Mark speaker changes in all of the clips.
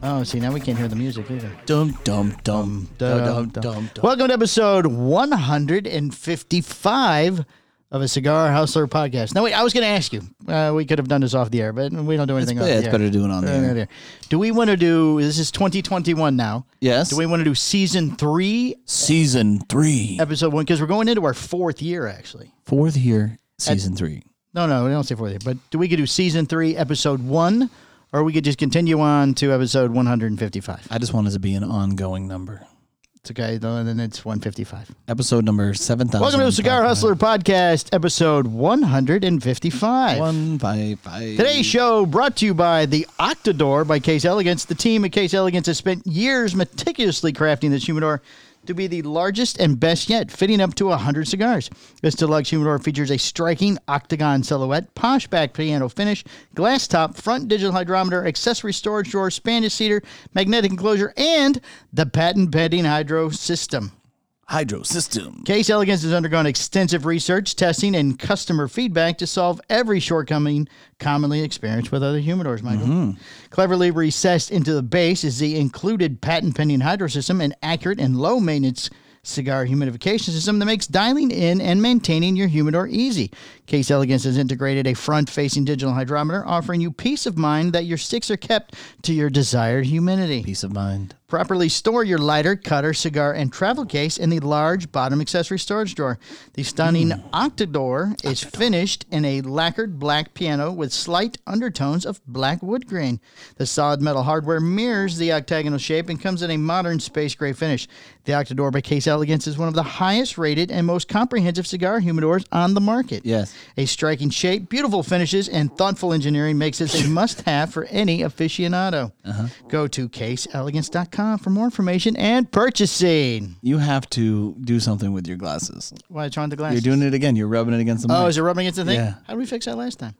Speaker 1: Oh, see, now we can't hear the music either.
Speaker 2: Dum dum dum dum dum dum. dum.
Speaker 1: Welcome to episode 155 of a Cigar Hustler podcast. No, wait, I was going to ask you. Uh, we could have done this off the air, but we don't do anything off
Speaker 2: yeah,
Speaker 1: the
Speaker 2: it's
Speaker 1: air.
Speaker 2: better doing on the
Speaker 1: Better
Speaker 2: air.
Speaker 1: do it Do we want to do, this is 2021 now.
Speaker 2: Yes.
Speaker 1: Do we want to do season three,
Speaker 2: Season three,
Speaker 1: episode one? Because we're going into our fourth year, actually.
Speaker 2: fourth year, season three.
Speaker 1: No, no, we don't say fourth year, but do we could do season three, episode one, or we could just continue on to episode 155.
Speaker 2: I just wanted to be an ongoing number.
Speaker 1: It's okay, though, and then it's 155.
Speaker 2: Episode number seven thousand.
Speaker 1: Welcome to the Cigar Hustler Podcast, episode 155.
Speaker 2: One five five.
Speaker 1: Today's show brought to you by the Octador by Case Elegance. The team at Case Elegance has spent years meticulously crafting this humidor to be the largest and best yet, fitting up to 100 cigars. This deluxe humidor features a striking octagon silhouette, posh back piano finish, glass top, front digital hydrometer, accessory storage drawer, Spanish cedar, magnetic enclosure, and the patent pending hydro system.
Speaker 2: hydro system.
Speaker 1: Case Elegance has undergone extensive research, testing, and customer feedback to solve every shortcoming commonly experienced with other humidors, Michael. Cleverly recessed into the base is the included patent pending hydro system, an accurate and low maintenance cigar humidification system that makes dialing in and maintaining your humidor easy. Case Elegance has integrated a front facing digital hydrometer, offering you peace of mind that your sticks are kept to your desired humidity.
Speaker 2: Peace of mind.
Speaker 1: Properly store your lighter, cutter, cigar, and travel case in the large bottom accessory storage drawer. The stunning Octador is finished in a lacquered black piano with slight undertones of black wood grain. The solid metal hardware mirrors the octagonal shape and comes in a modern space gray finish. The Octador by Case Elegance is one of the highest rated and most comprehensive cigar humidors on the market.
Speaker 2: Yes.
Speaker 1: A striking shape, beautiful finishes, and thoughtful engineering makes this a must have for any aficionado.
Speaker 2: Uh-huh.
Speaker 1: Go to caseelegance.com for more information and purchasing.
Speaker 2: You have to do something with your glasses.
Speaker 1: Why it's on the glass?
Speaker 2: You're doing it again. You're rubbing it against the
Speaker 1: oh,
Speaker 2: mic.
Speaker 1: is it rubbing against the thing?
Speaker 2: Yeah.
Speaker 1: How did we fix that last time?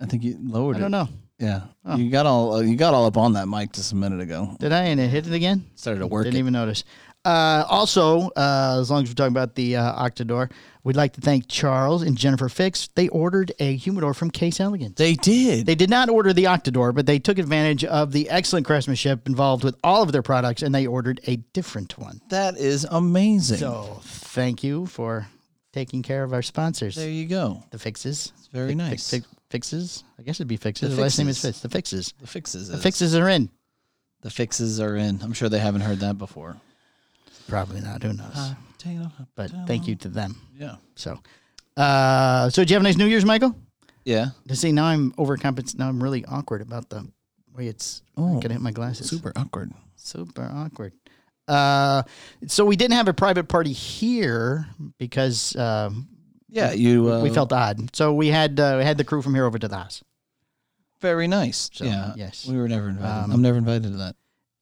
Speaker 2: I think you lowered
Speaker 1: I
Speaker 2: it.
Speaker 1: don't know.
Speaker 2: Yeah. You got all uh, you got all up on that mic just a minute ago.
Speaker 1: Did I? And it hit it again?
Speaker 2: Started to work.
Speaker 1: Didn't
Speaker 2: it.
Speaker 1: even notice. Uh, also, uh, as long as we're talking about the uh, Octador, we'd like to thank Charles and Jennifer Fix. They ordered a humidor from Case Elegance.
Speaker 2: They did.
Speaker 1: They did not order the Octador, but they took advantage of the excellent craftsmanship involved with all of their products and they ordered a different one.
Speaker 2: that is amazing.
Speaker 1: So thank you for taking care of our sponsors.
Speaker 2: there you go.
Speaker 1: the fixes.
Speaker 2: Very nice.
Speaker 1: Fix- fixes? I guess it'd be fixes.
Speaker 2: The
Speaker 1: The last name is
Speaker 2: Fixes.
Speaker 1: Fix. The fixes.
Speaker 2: The fixes.
Speaker 1: The
Speaker 2: is-
Speaker 1: fixes are in.
Speaker 2: The fixes are in. I'm sure they haven't heard that before.
Speaker 1: Probably not. Who knows? but thank you to them.
Speaker 2: Yeah.
Speaker 1: So uh so did you have a nice New Year's, Michael?
Speaker 2: Yeah.
Speaker 1: To see now I'm overcompens now I'm really awkward about the way it's oh, I
Speaker 2: Oh,
Speaker 1: can hit my glasses.
Speaker 2: Super awkward.
Speaker 1: Super awkward. Uh, so we didn't have a private party here because um,
Speaker 2: Yeah, you. Uh,
Speaker 1: we felt odd. So we had uh, we had the crew from here over to the house.
Speaker 2: very nice. yeah.
Speaker 1: yes.
Speaker 2: We were never invited.
Speaker 1: Um,
Speaker 2: I'm never invited to that,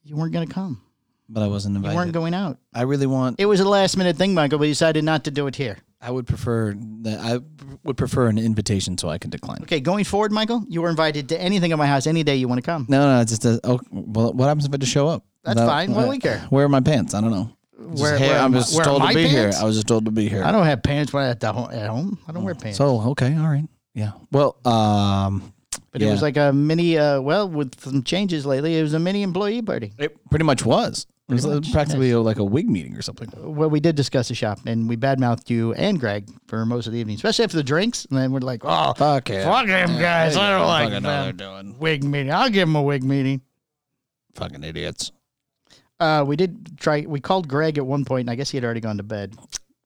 Speaker 1: You weren't going to come.
Speaker 2: but I wasn't
Speaker 1: You
Speaker 2: invited.
Speaker 1: weren't going out.
Speaker 2: I really want.
Speaker 1: It was a last minute thing, Michael. We decided not to do it here.
Speaker 2: I would prefer that. I would prefer an invitation so I can decline.
Speaker 1: Okay, going forward, Michael, you were invited to anything at my house any day you want to come.
Speaker 2: No, no, it's just a, oh, well, what happens if I just show up? uh,
Speaker 1: That's fine. Why do we care?
Speaker 2: Where are my pants? I don't know. Just,
Speaker 1: Where-
Speaker 2: hey,
Speaker 1: where
Speaker 2: I'm
Speaker 1: am I-
Speaker 2: just
Speaker 1: where are
Speaker 2: told
Speaker 1: my
Speaker 2: to be
Speaker 1: pants?
Speaker 2: here. I was just told to be here.
Speaker 1: I don't have pants when I at the home. At home. I don't wear pants.
Speaker 2: Oh. So okay, all right, yeah. Well, um,
Speaker 1: but it was like a mini. Uh, well, with some changes lately, it was a mini employee party.
Speaker 2: it pretty much was. It was uh,
Speaker 1: Pretty much,
Speaker 2: practically like a wig meeting or something.
Speaker 1: Well, we did discuss the shop, and we badmouthed you and Greg for most of the evening, especially after the drinks. And then we're like, "Oh,
Speaker 2: Fuck it.
Speaker 1: fuck them guys! I don't like
Speaker 2: fucking know
Speaker 1: them."
Speaker 2: they're doing.
Speaker 1: Wig meeting. I'll give them a wig meeting.
Speaker 2: Fucking idiots.
Speaker 1: Uh, we did try. We called Greg at one point, and I guess he had already gone to bed.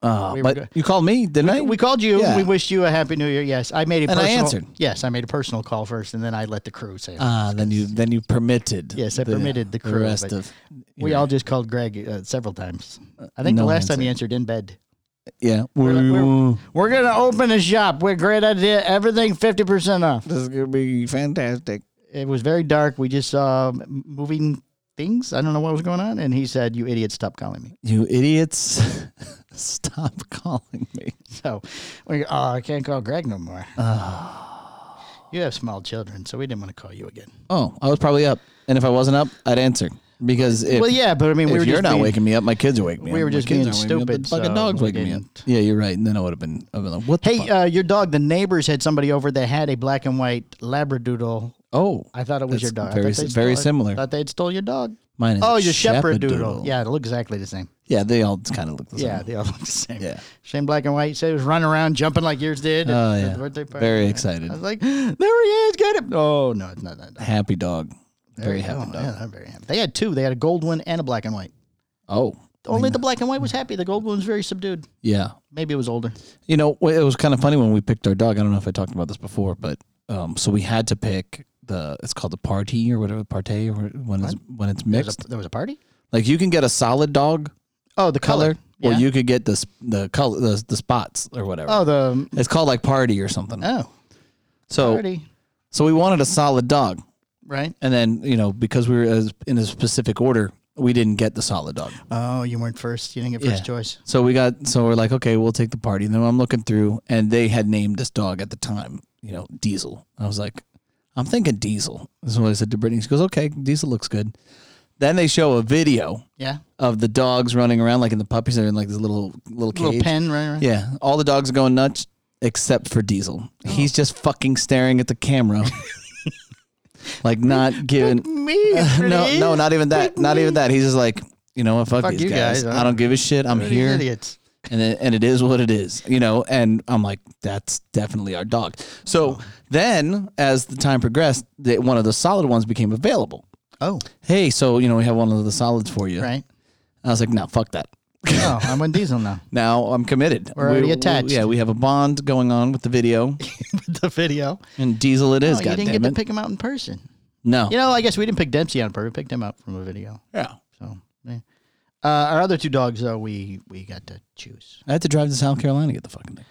Speaker 2: Uh,
Speaker 1: We were
Speaker 2: but
Speaker 1: go-
Speaker 2: you called me, didn't I?
Speaker 1: We called you.
Speaker 2: Yeah.
Speaker 1: We wished you a happy New Year. Yes, I made a
Speaker 2: And I
Speaker 1: personal.
Speaker 2: answered.
Speaker 1: Yes, I made a personal call first, and then I let the crew say. it.
Speaker 2: Ah, then you then you permitted.
Speaker 1: Yes, I permitted the crew,
Speaker 2: The rest
Speaker 1: but
Speaker 2: of
Speaker 1: we all just called Greg uh, several times. I think the
Speaker 2: no
Speaker 1: last time
Speaker 2: answer.
Speaker 1: he answered in bed.
Speaker 2: yeah.
Speaker 1: we're- We're gonna open a shop. We're great idea. Everything fifty percent off.
Speaker 2: this is gonna be fantastic.
Speaker 1: it was very dark. We just saw m- moving things. I don't know what was going on. And he said, You idiot, stop calling me.
Speaker 2: You idiots! Stop calling me.
Speaker 1: So we, oh, I can't call Greg no more. You have small children, so we didn't want to call you again.
Speaker 2: Oh, I was probably up, and if I wasn't up, I'd answer because if,
Speaker 1: well, yeah, but I mean,
Speaker 2: if
Speaker 1: we were
Speaker 2: you're
Speaker 1: just
Speaker 2: not
Speaker 1: being,
Speaker 2: waking me up, my kids are waking me up.
Speaker 1: we were
Speaker 2: My
Speaker 1: just
Speaker 2: kids
Speaker 1: being
Speaker 2: aren't waking me up,
Speaker 1: stupid,
Speaker 2: the Fucking
Speaker 1: so
Speaker 2: dogs
Speaker 1: we
Speaker 2: waking me up.
Speaker 1: didn't.
Speaker 2: Yeah, you're right. And then I would have been. I've been like, what? the
Speaker 1: Hey,
Speaker 2: fuck?
Speaker 1: uh, your dog, the neighbors had somebody over that had a black and white Labradoodle
Speaker 2: Oh,
Speaker 1: I thought it was
Speaker 2: That's
Speaker 1: your dog. I
Speaker 2: very
Speaker 1: thought
Speaker 2: si-
Speaker 1: they stole
Speaker 2: very
Speaker 1: it.
Speaker 2: similar.
Speaker 1: Thought they'd stole your dog.
Speaker 2: mine is
Speaker 1: Oh, your shepherd
Speaker 2: Shepherdoodle.
Speaker 1: doodle. Yeah, it looks exactly the same.
Speaker 2: yeah, they all kind of look the same.
Speaker 1: Yeah, they all look the same.
Speaker 2: Yeah.
Speaker 1: Shane Black and White said it was running around, jumping like yours did. at
Speaker 2: Oh,
Speaker 1: the
Speaker 2: yeah.
Speaker 1: birthday party.
Speaker 2: Very
Speaker 1: I was
Speaker 2: excited.
Speaker 1: like, there he is, get him. Oh, no, it's not that. dog.
Speaker 2: Happy dog.
Speaker 1: There
Speaker 2: very
Speaker 1: you go.
Speaker 2: happy dog.
Speaker 1: Yeah, I'm very happy. They had two. They had a gold one and a black and white.
Speaker 2: Oh,
Speaker 1: Only the black and white was happy. The gold one's very subdued.
Speaker 2: yeah.
Speaker 1: Maybe it was older.
Speaker 2: You know, wh- it was kind of funny when we picked our dog. I don't know if I talked about this before, but um, so we had to pick the. It's called the party or whatever partey or when it's when it's
Speaker 1: There was
Speaker 2: mixed.
Speaker 1: a, there was a party.
Speaker 2: Like you can get a solid dog
Speaker 1: Oh, the
Speaker 2: color,
Speaker 1: color.
Speaker 2: or
Speaker 1: Yeah.
Speaker 2: you could get the s- the color the, the spots or whatever.
Speaker 1: Oh, the
Speaker 2: It's called like party or something.
Speaker 1: oh
Speaker 2: so
Speaker 1: party.
Speaker 2: so we wanted a solid dog,
Speaker 1: Right.
Speaker 2: and then you know because we were as, in a specific order, we didn't get the solid dog.
Speaker 1: Oh, you weren't first. You didn't get first
Speaker 2: Yeah.
Speaker 1: choice.
Speaker 2: So we got so we're like, okay, we'll take the party. And then I'm looking through, and they had named this dog at the time, you know, Diesel. I was like, I'm thinking Diesel. That's what I said to Brittany. She goes, okay, Diesel looks good. Then they show a video
Speaker 1: Yeah.
Speaker 2: of the dogs running around, like in the puppies are in like this little little cage.
Speaker 1: Little pen. Right. Right.
Speaker 2: Yeah, all the dogs are going nuts except for Diesel.
Speaker 1: Oh.
Speaker 2: He's just fucking staring at the camera, like not giving.
Speaker 1: Me.
Speaker 2: no, no, not even that. Not even that. He's just like, you know what? Fuck,
Speaker 1: Fuck
Speaker 2: these
Speaker 1: you
Speaker 2: guys.
Speaker 1: guys.
Speaker 2: I don't give a shit. I'm
Speaker 1: Here.
Speaker 2: here
Speaker 1: Idiots.
Speaker 2: and it, and it is what it is, you know. And I'm like, that's definitely our dog. So
Speaker 1: Oh.
Speaker 2: then, as the time progressed, the, one of the solid ones became available.
Speaker 1: Oh.
Speaker 2: Hey, so you know we have one of the solids for you.
Speaker 1: Right.
Speaker 2: I was like, no, fuck that.
Speaker 1: Oh, I'm on diesel now.
Speaker 2: Now I'm committed.
Speaker 1: We're already attached.
Speaker 2: yeah, we have a bond going on with the video
Speaker 1: With the video.
Speaker 2: and Diesel. It
Speaker 1: Oh,
Speaker 2: is.
Speaker 1: you
Speaker 2: God
Speaker 1: didn't
Speaker 2: damn
Speaker 1: get
Speaker 2: it.
Speaker 1: to pick him out in person.
Speaker 2: no.
Speaker 1: You know, I guess we didn't pick Dempsey on purpose. We picked him up from a video.
Speaker 2: yeah.
Speaker 1: So, yeah. uh, our other two dogs, though, we we got to choose.
Speaker 2: I had to drive to South Carolina to get the fucking thing.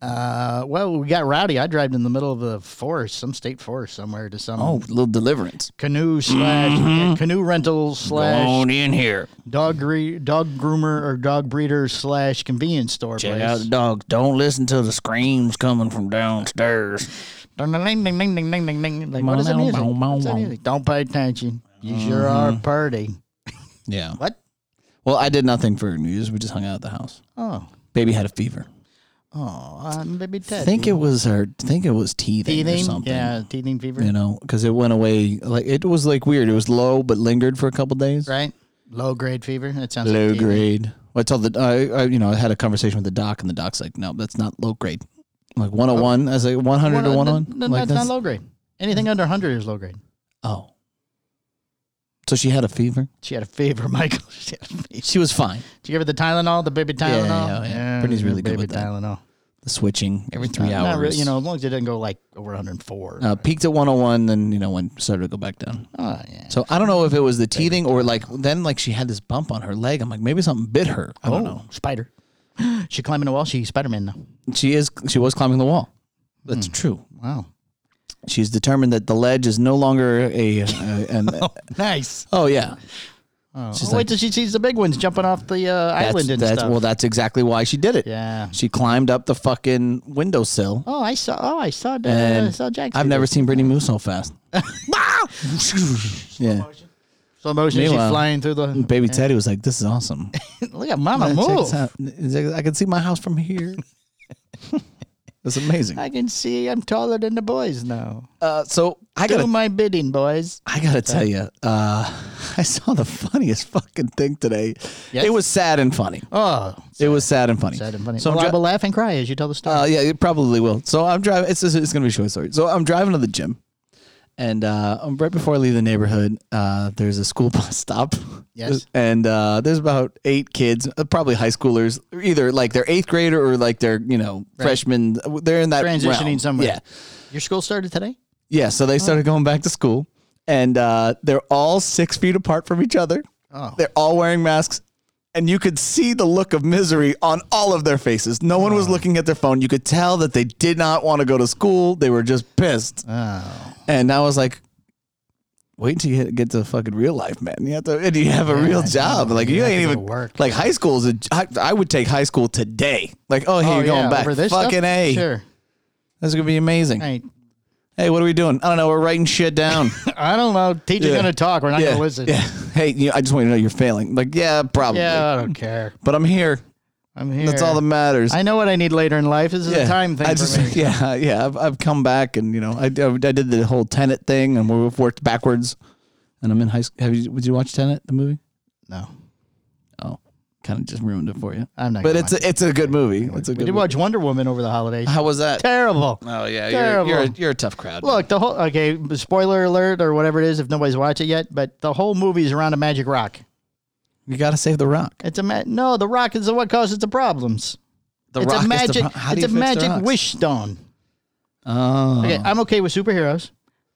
Speaker 1: Uh, well, we got rowdy. I drove in the middle of the forest, some state forest somewhere, to some
Speaker 2: Oh, little deliverance.
Speaker 1: canoe slash yeah, canoe rental slash
Speaker 2: Going in here.
Speaker 1: dog gre- dog groomer or dog breeder slash convenience store
Speaker 2: Check out
Speaker 1: place.
Speaker 2: the dogs. Don't listen to the screams coming from downstairs.
Speaker 1: Ding, ding, ding, ding, ding, ding, ding, ding. Like, what is that music? What's that music? Don't pay attention. You sure are
Speaker 2: Mm-hmm.
Speaker 1: party.
Speaker 2: Yeah.
Speaker 1: What?
Speaker 2: Well, I did nothing for New Year's. We just hung out at the house.
Speaker 1: Oh,
Speaker 2: Baby had a fever.
Speaker 1: oh, uh, maybe
Speaker 2: I
Speaker 1: Ted.
Speaker 2: think it was her. Think it was teething, or
Speaker 1: teething.
Speaker 2: something.
Speaker 1: Yeah, teething fever.
Speaker 2: You know, because it went away. Like it was like weird. It was low, but lingered for a couple days.
Speaker 1: Right. Low grade fever. That sounds
Speaker 2: Low
Speaker 1: like teething.
Speaker 2: grade. Well, I told the I, I you know I had a conversation with the doc, and the doc's like, no, that's not low grade. I'm like 101. I was like 100
Speaker 1: Well,
Speaker 2: to
Speaker 1: no,
Speaker 2: 101.
Speaker 1: Oh. uh, no, no,
Speaker 2: like
Speaker 1: that's not low grade. Anything under 100 is low grade.
Speaker 2: Oh. So she had a fever.
Speaker 1: She had a fever, Michael. She had a fever. Did
Speaker 2: She was fine.
Speaker 1: you give her the Tylenol, the baby Tylenol?
Speaker 2: yeah, yeah. Brittany's really good
Speaker 1: baby
Speaker 2: with that.
Speaker 1: Tylenol.
Speaker 2: The switching every three
Speaker 1: Not-
Speaker 2: hours.
Speaker 1: not really, you know, as long as it doesn't go like over 104.
Speaker 2: uh, peaked at 101, then you know when started to go back down.
Speaker 1: oh, yeah.
Speaker 2: So I don't know if it was the teething or like then like she had this bump on her leg. I'm like maybe something bit her. I don't know.
Speaker 1: Oh, Spider. she climbing a wall. She's Spider Man now.
Speaker 2: She is she was climbing the wall. That's
Speaker 1: Hmm.
Speaker 2: true.
Speaker 1: Wow.
Speaker 2: She's determined that the ledge is no longer a, a an
Speaker 1: Nice.
Speaker 2: oh yeah.
Speaker 1: Oh,
Speaker 2: She's
Speaker 1: wait
Speaker 2: like-
Speaker 1: till she sees the big ones jumping off the uh,
Speaker 2: That's,
Speaker 1: island and
Speaker 2: that's
Speaker 1: stuff.
Speaker 2: well that's exactly why she did it.
Speaker 1: yeah.
Speaker 2: She climbed up the fucking windowsill.
Speaker 1: Oh, I saw. Oh, I saw. Uh, I
Speaker 2: And
Speaker 1: saw Jack.
Speaker 2: I've
Speaker 1: do
Speaker 2: never
Speaker 1: this.
Speaker 2: seen Brittany move so fast.
Speaker 1: Ah!
Speaker 2: yeah.
Speaker 1: slow motion. She's
Speaker 2: Meanwhile,
Speaker 1: flying through the.
Speaker 2: Baby Teddy was like, This is awesome.
Speaker 1: Look at Mama
Speaker 2: Check this
Speaker 1: move.
Speaker 2: out. I can see my house from here. That's amazing.
Speaker 1: I can see. I'm taller than the boys now.
Speaker 2: Uh, so I
Speaker 1: Do
Speaker 2: gotta
Speaker 1: my bidding, boys.
Speaker 2: I gotta tell you, uh, I saw the funniest fucking thing today.
Speaker 1: Yes?
Speaker 2: It was sad and funny.
Speaker 1: Oh,
Speaker 2: It was sad and funny.
Speaker 1: sad and funny. So
Speaker 2: So
Speaker 1: well,
Speaker 2: I'm
Speaker 1: I
Speaker 2: dri-
Speaker 1: will laugh and cry as you tell the story.
Speaker 2: uh, yeah, it probably will. So I'm driving. It's it's gonna be a short story. So I'm driving to the gym, and uh, um, right before I leave the neighborhood, uh, there's a school bus stop.
Speaker 1: Yes.
Speaker 2: And uh, there's about eight kids, uh, probably high schoolers, either like they're eighth grader or like they're you know freshmen. They're in that
Speaker 1: Transitioning
Speaker 2: realm.
Speaker 1: somewhere.
Speaker 2: Yeah.
Speaker 1: Your school started today.
Speaker 2: Yeah, so they started going back to school, and uh, they're all six feet apart from each other.
Speaker 1: Oh.
Speaker 2: They're all wearing masks, and you could see the look of misery on all of their faces. No one was
Speaker 1: Oh.
Speaker 2: looking at their phone. You could tell that they did not want to go to school. They were just pissed.
Speaker 1: Oh,
Speaker 2: And I was like, wait until you get to fucking real life, man. You have to, and you have a real
Speaker 1: I
Speaker 2: job.
Speaker 1: know.
Speaker 2: Like
Speaker 1: You
Speaker 2: you
Speaker 1: have
Speaker 2: ain't
Speaker 1: to go
Speaker 2: even
Speaker 1: to work.
Speaker 2: Like high school is a. I, I would take high school today. Like oh, here
Speaker 1: oh
Speaker 2: you're going
Speaker 1: yeah,
Speaker 2: back.
Speaker 1: over this stuff?
Speaker 2: Fucking a.
Speaker 1: Sure.
Speaker 2: This is gonna be amazing.
Speaker 1: All right.
Speaker 2: Hey, what are we doing? I don't know. We're writing shit down.
Speaker 1: I don't know. Teacher's
Speaker 2: Yeah.
Speaker 1: gonna talk. We're not gonna listen.
Speaker 2: Yeah. Hey, you I just want you to know you're failing. Like, yeah, probably.
Speaker 1: Yeah, I don't care.
Speaker 2: But I'm here.
Speaker 1: I'm here.
Speaker 2: That's all that matters.
Speaker 1: I know what I need later in life. This is a time thing
Speaker 2: I
Speaker 1: for
Speaker 2: just,
Speaker 1: me.
Speaker 2: Yeah, yeah. I've, I've come back and you know I, I, I did the whole Tenet thing and we've worked backwards, and I'm in high school. Have you? Would you watch Tenet the movie?
Speaker 1: No,
Speaker 2: Oh, kind of just ruined it for you.
Speaker 1: I'm not.
Speaker 2: But
Speaker 1: gonna
Speaker 2: it's
Speaker 1: watch
Speaker 2: a, it's a good movie. It's
Speaker 1: it.
Speaker 2: a
Speaker 1: we did
Speaker 2: good. Movie.
Speaker 1: watch Wonder Woman over the holidays.
Speaker 2: How was that?
Speaker 1: Terrible.
Speaker 2: Oh yeah, you're
Speaker 1: Terrible.
Speaker 2: you're a, you're a tough crowd.
Speaker 1: Look, the whole okay. Spoiler alert or whatever it is, if nobody's watched it yet. But the whole movie is around a magic rock.
Speaker 2: you got to save the rock.
Speaker 1: It's a ma- no. The rock is what causes the problems.
Speaker 2: The
Speaker 1: it's
Speaker 2: rock
Speaker 1: a magic.
Speaker 2: Is the, pro- how do
Speaker 1: it's
Speaker 2: you
Speaker 1: a
Speaker 2: fix the
Speaker 1: magic
Speaker 2: rocks?
Speaker 1: wish stone.
Speaker 2: Oh,
Speaker 1: Okay, I'm okay with superheroes.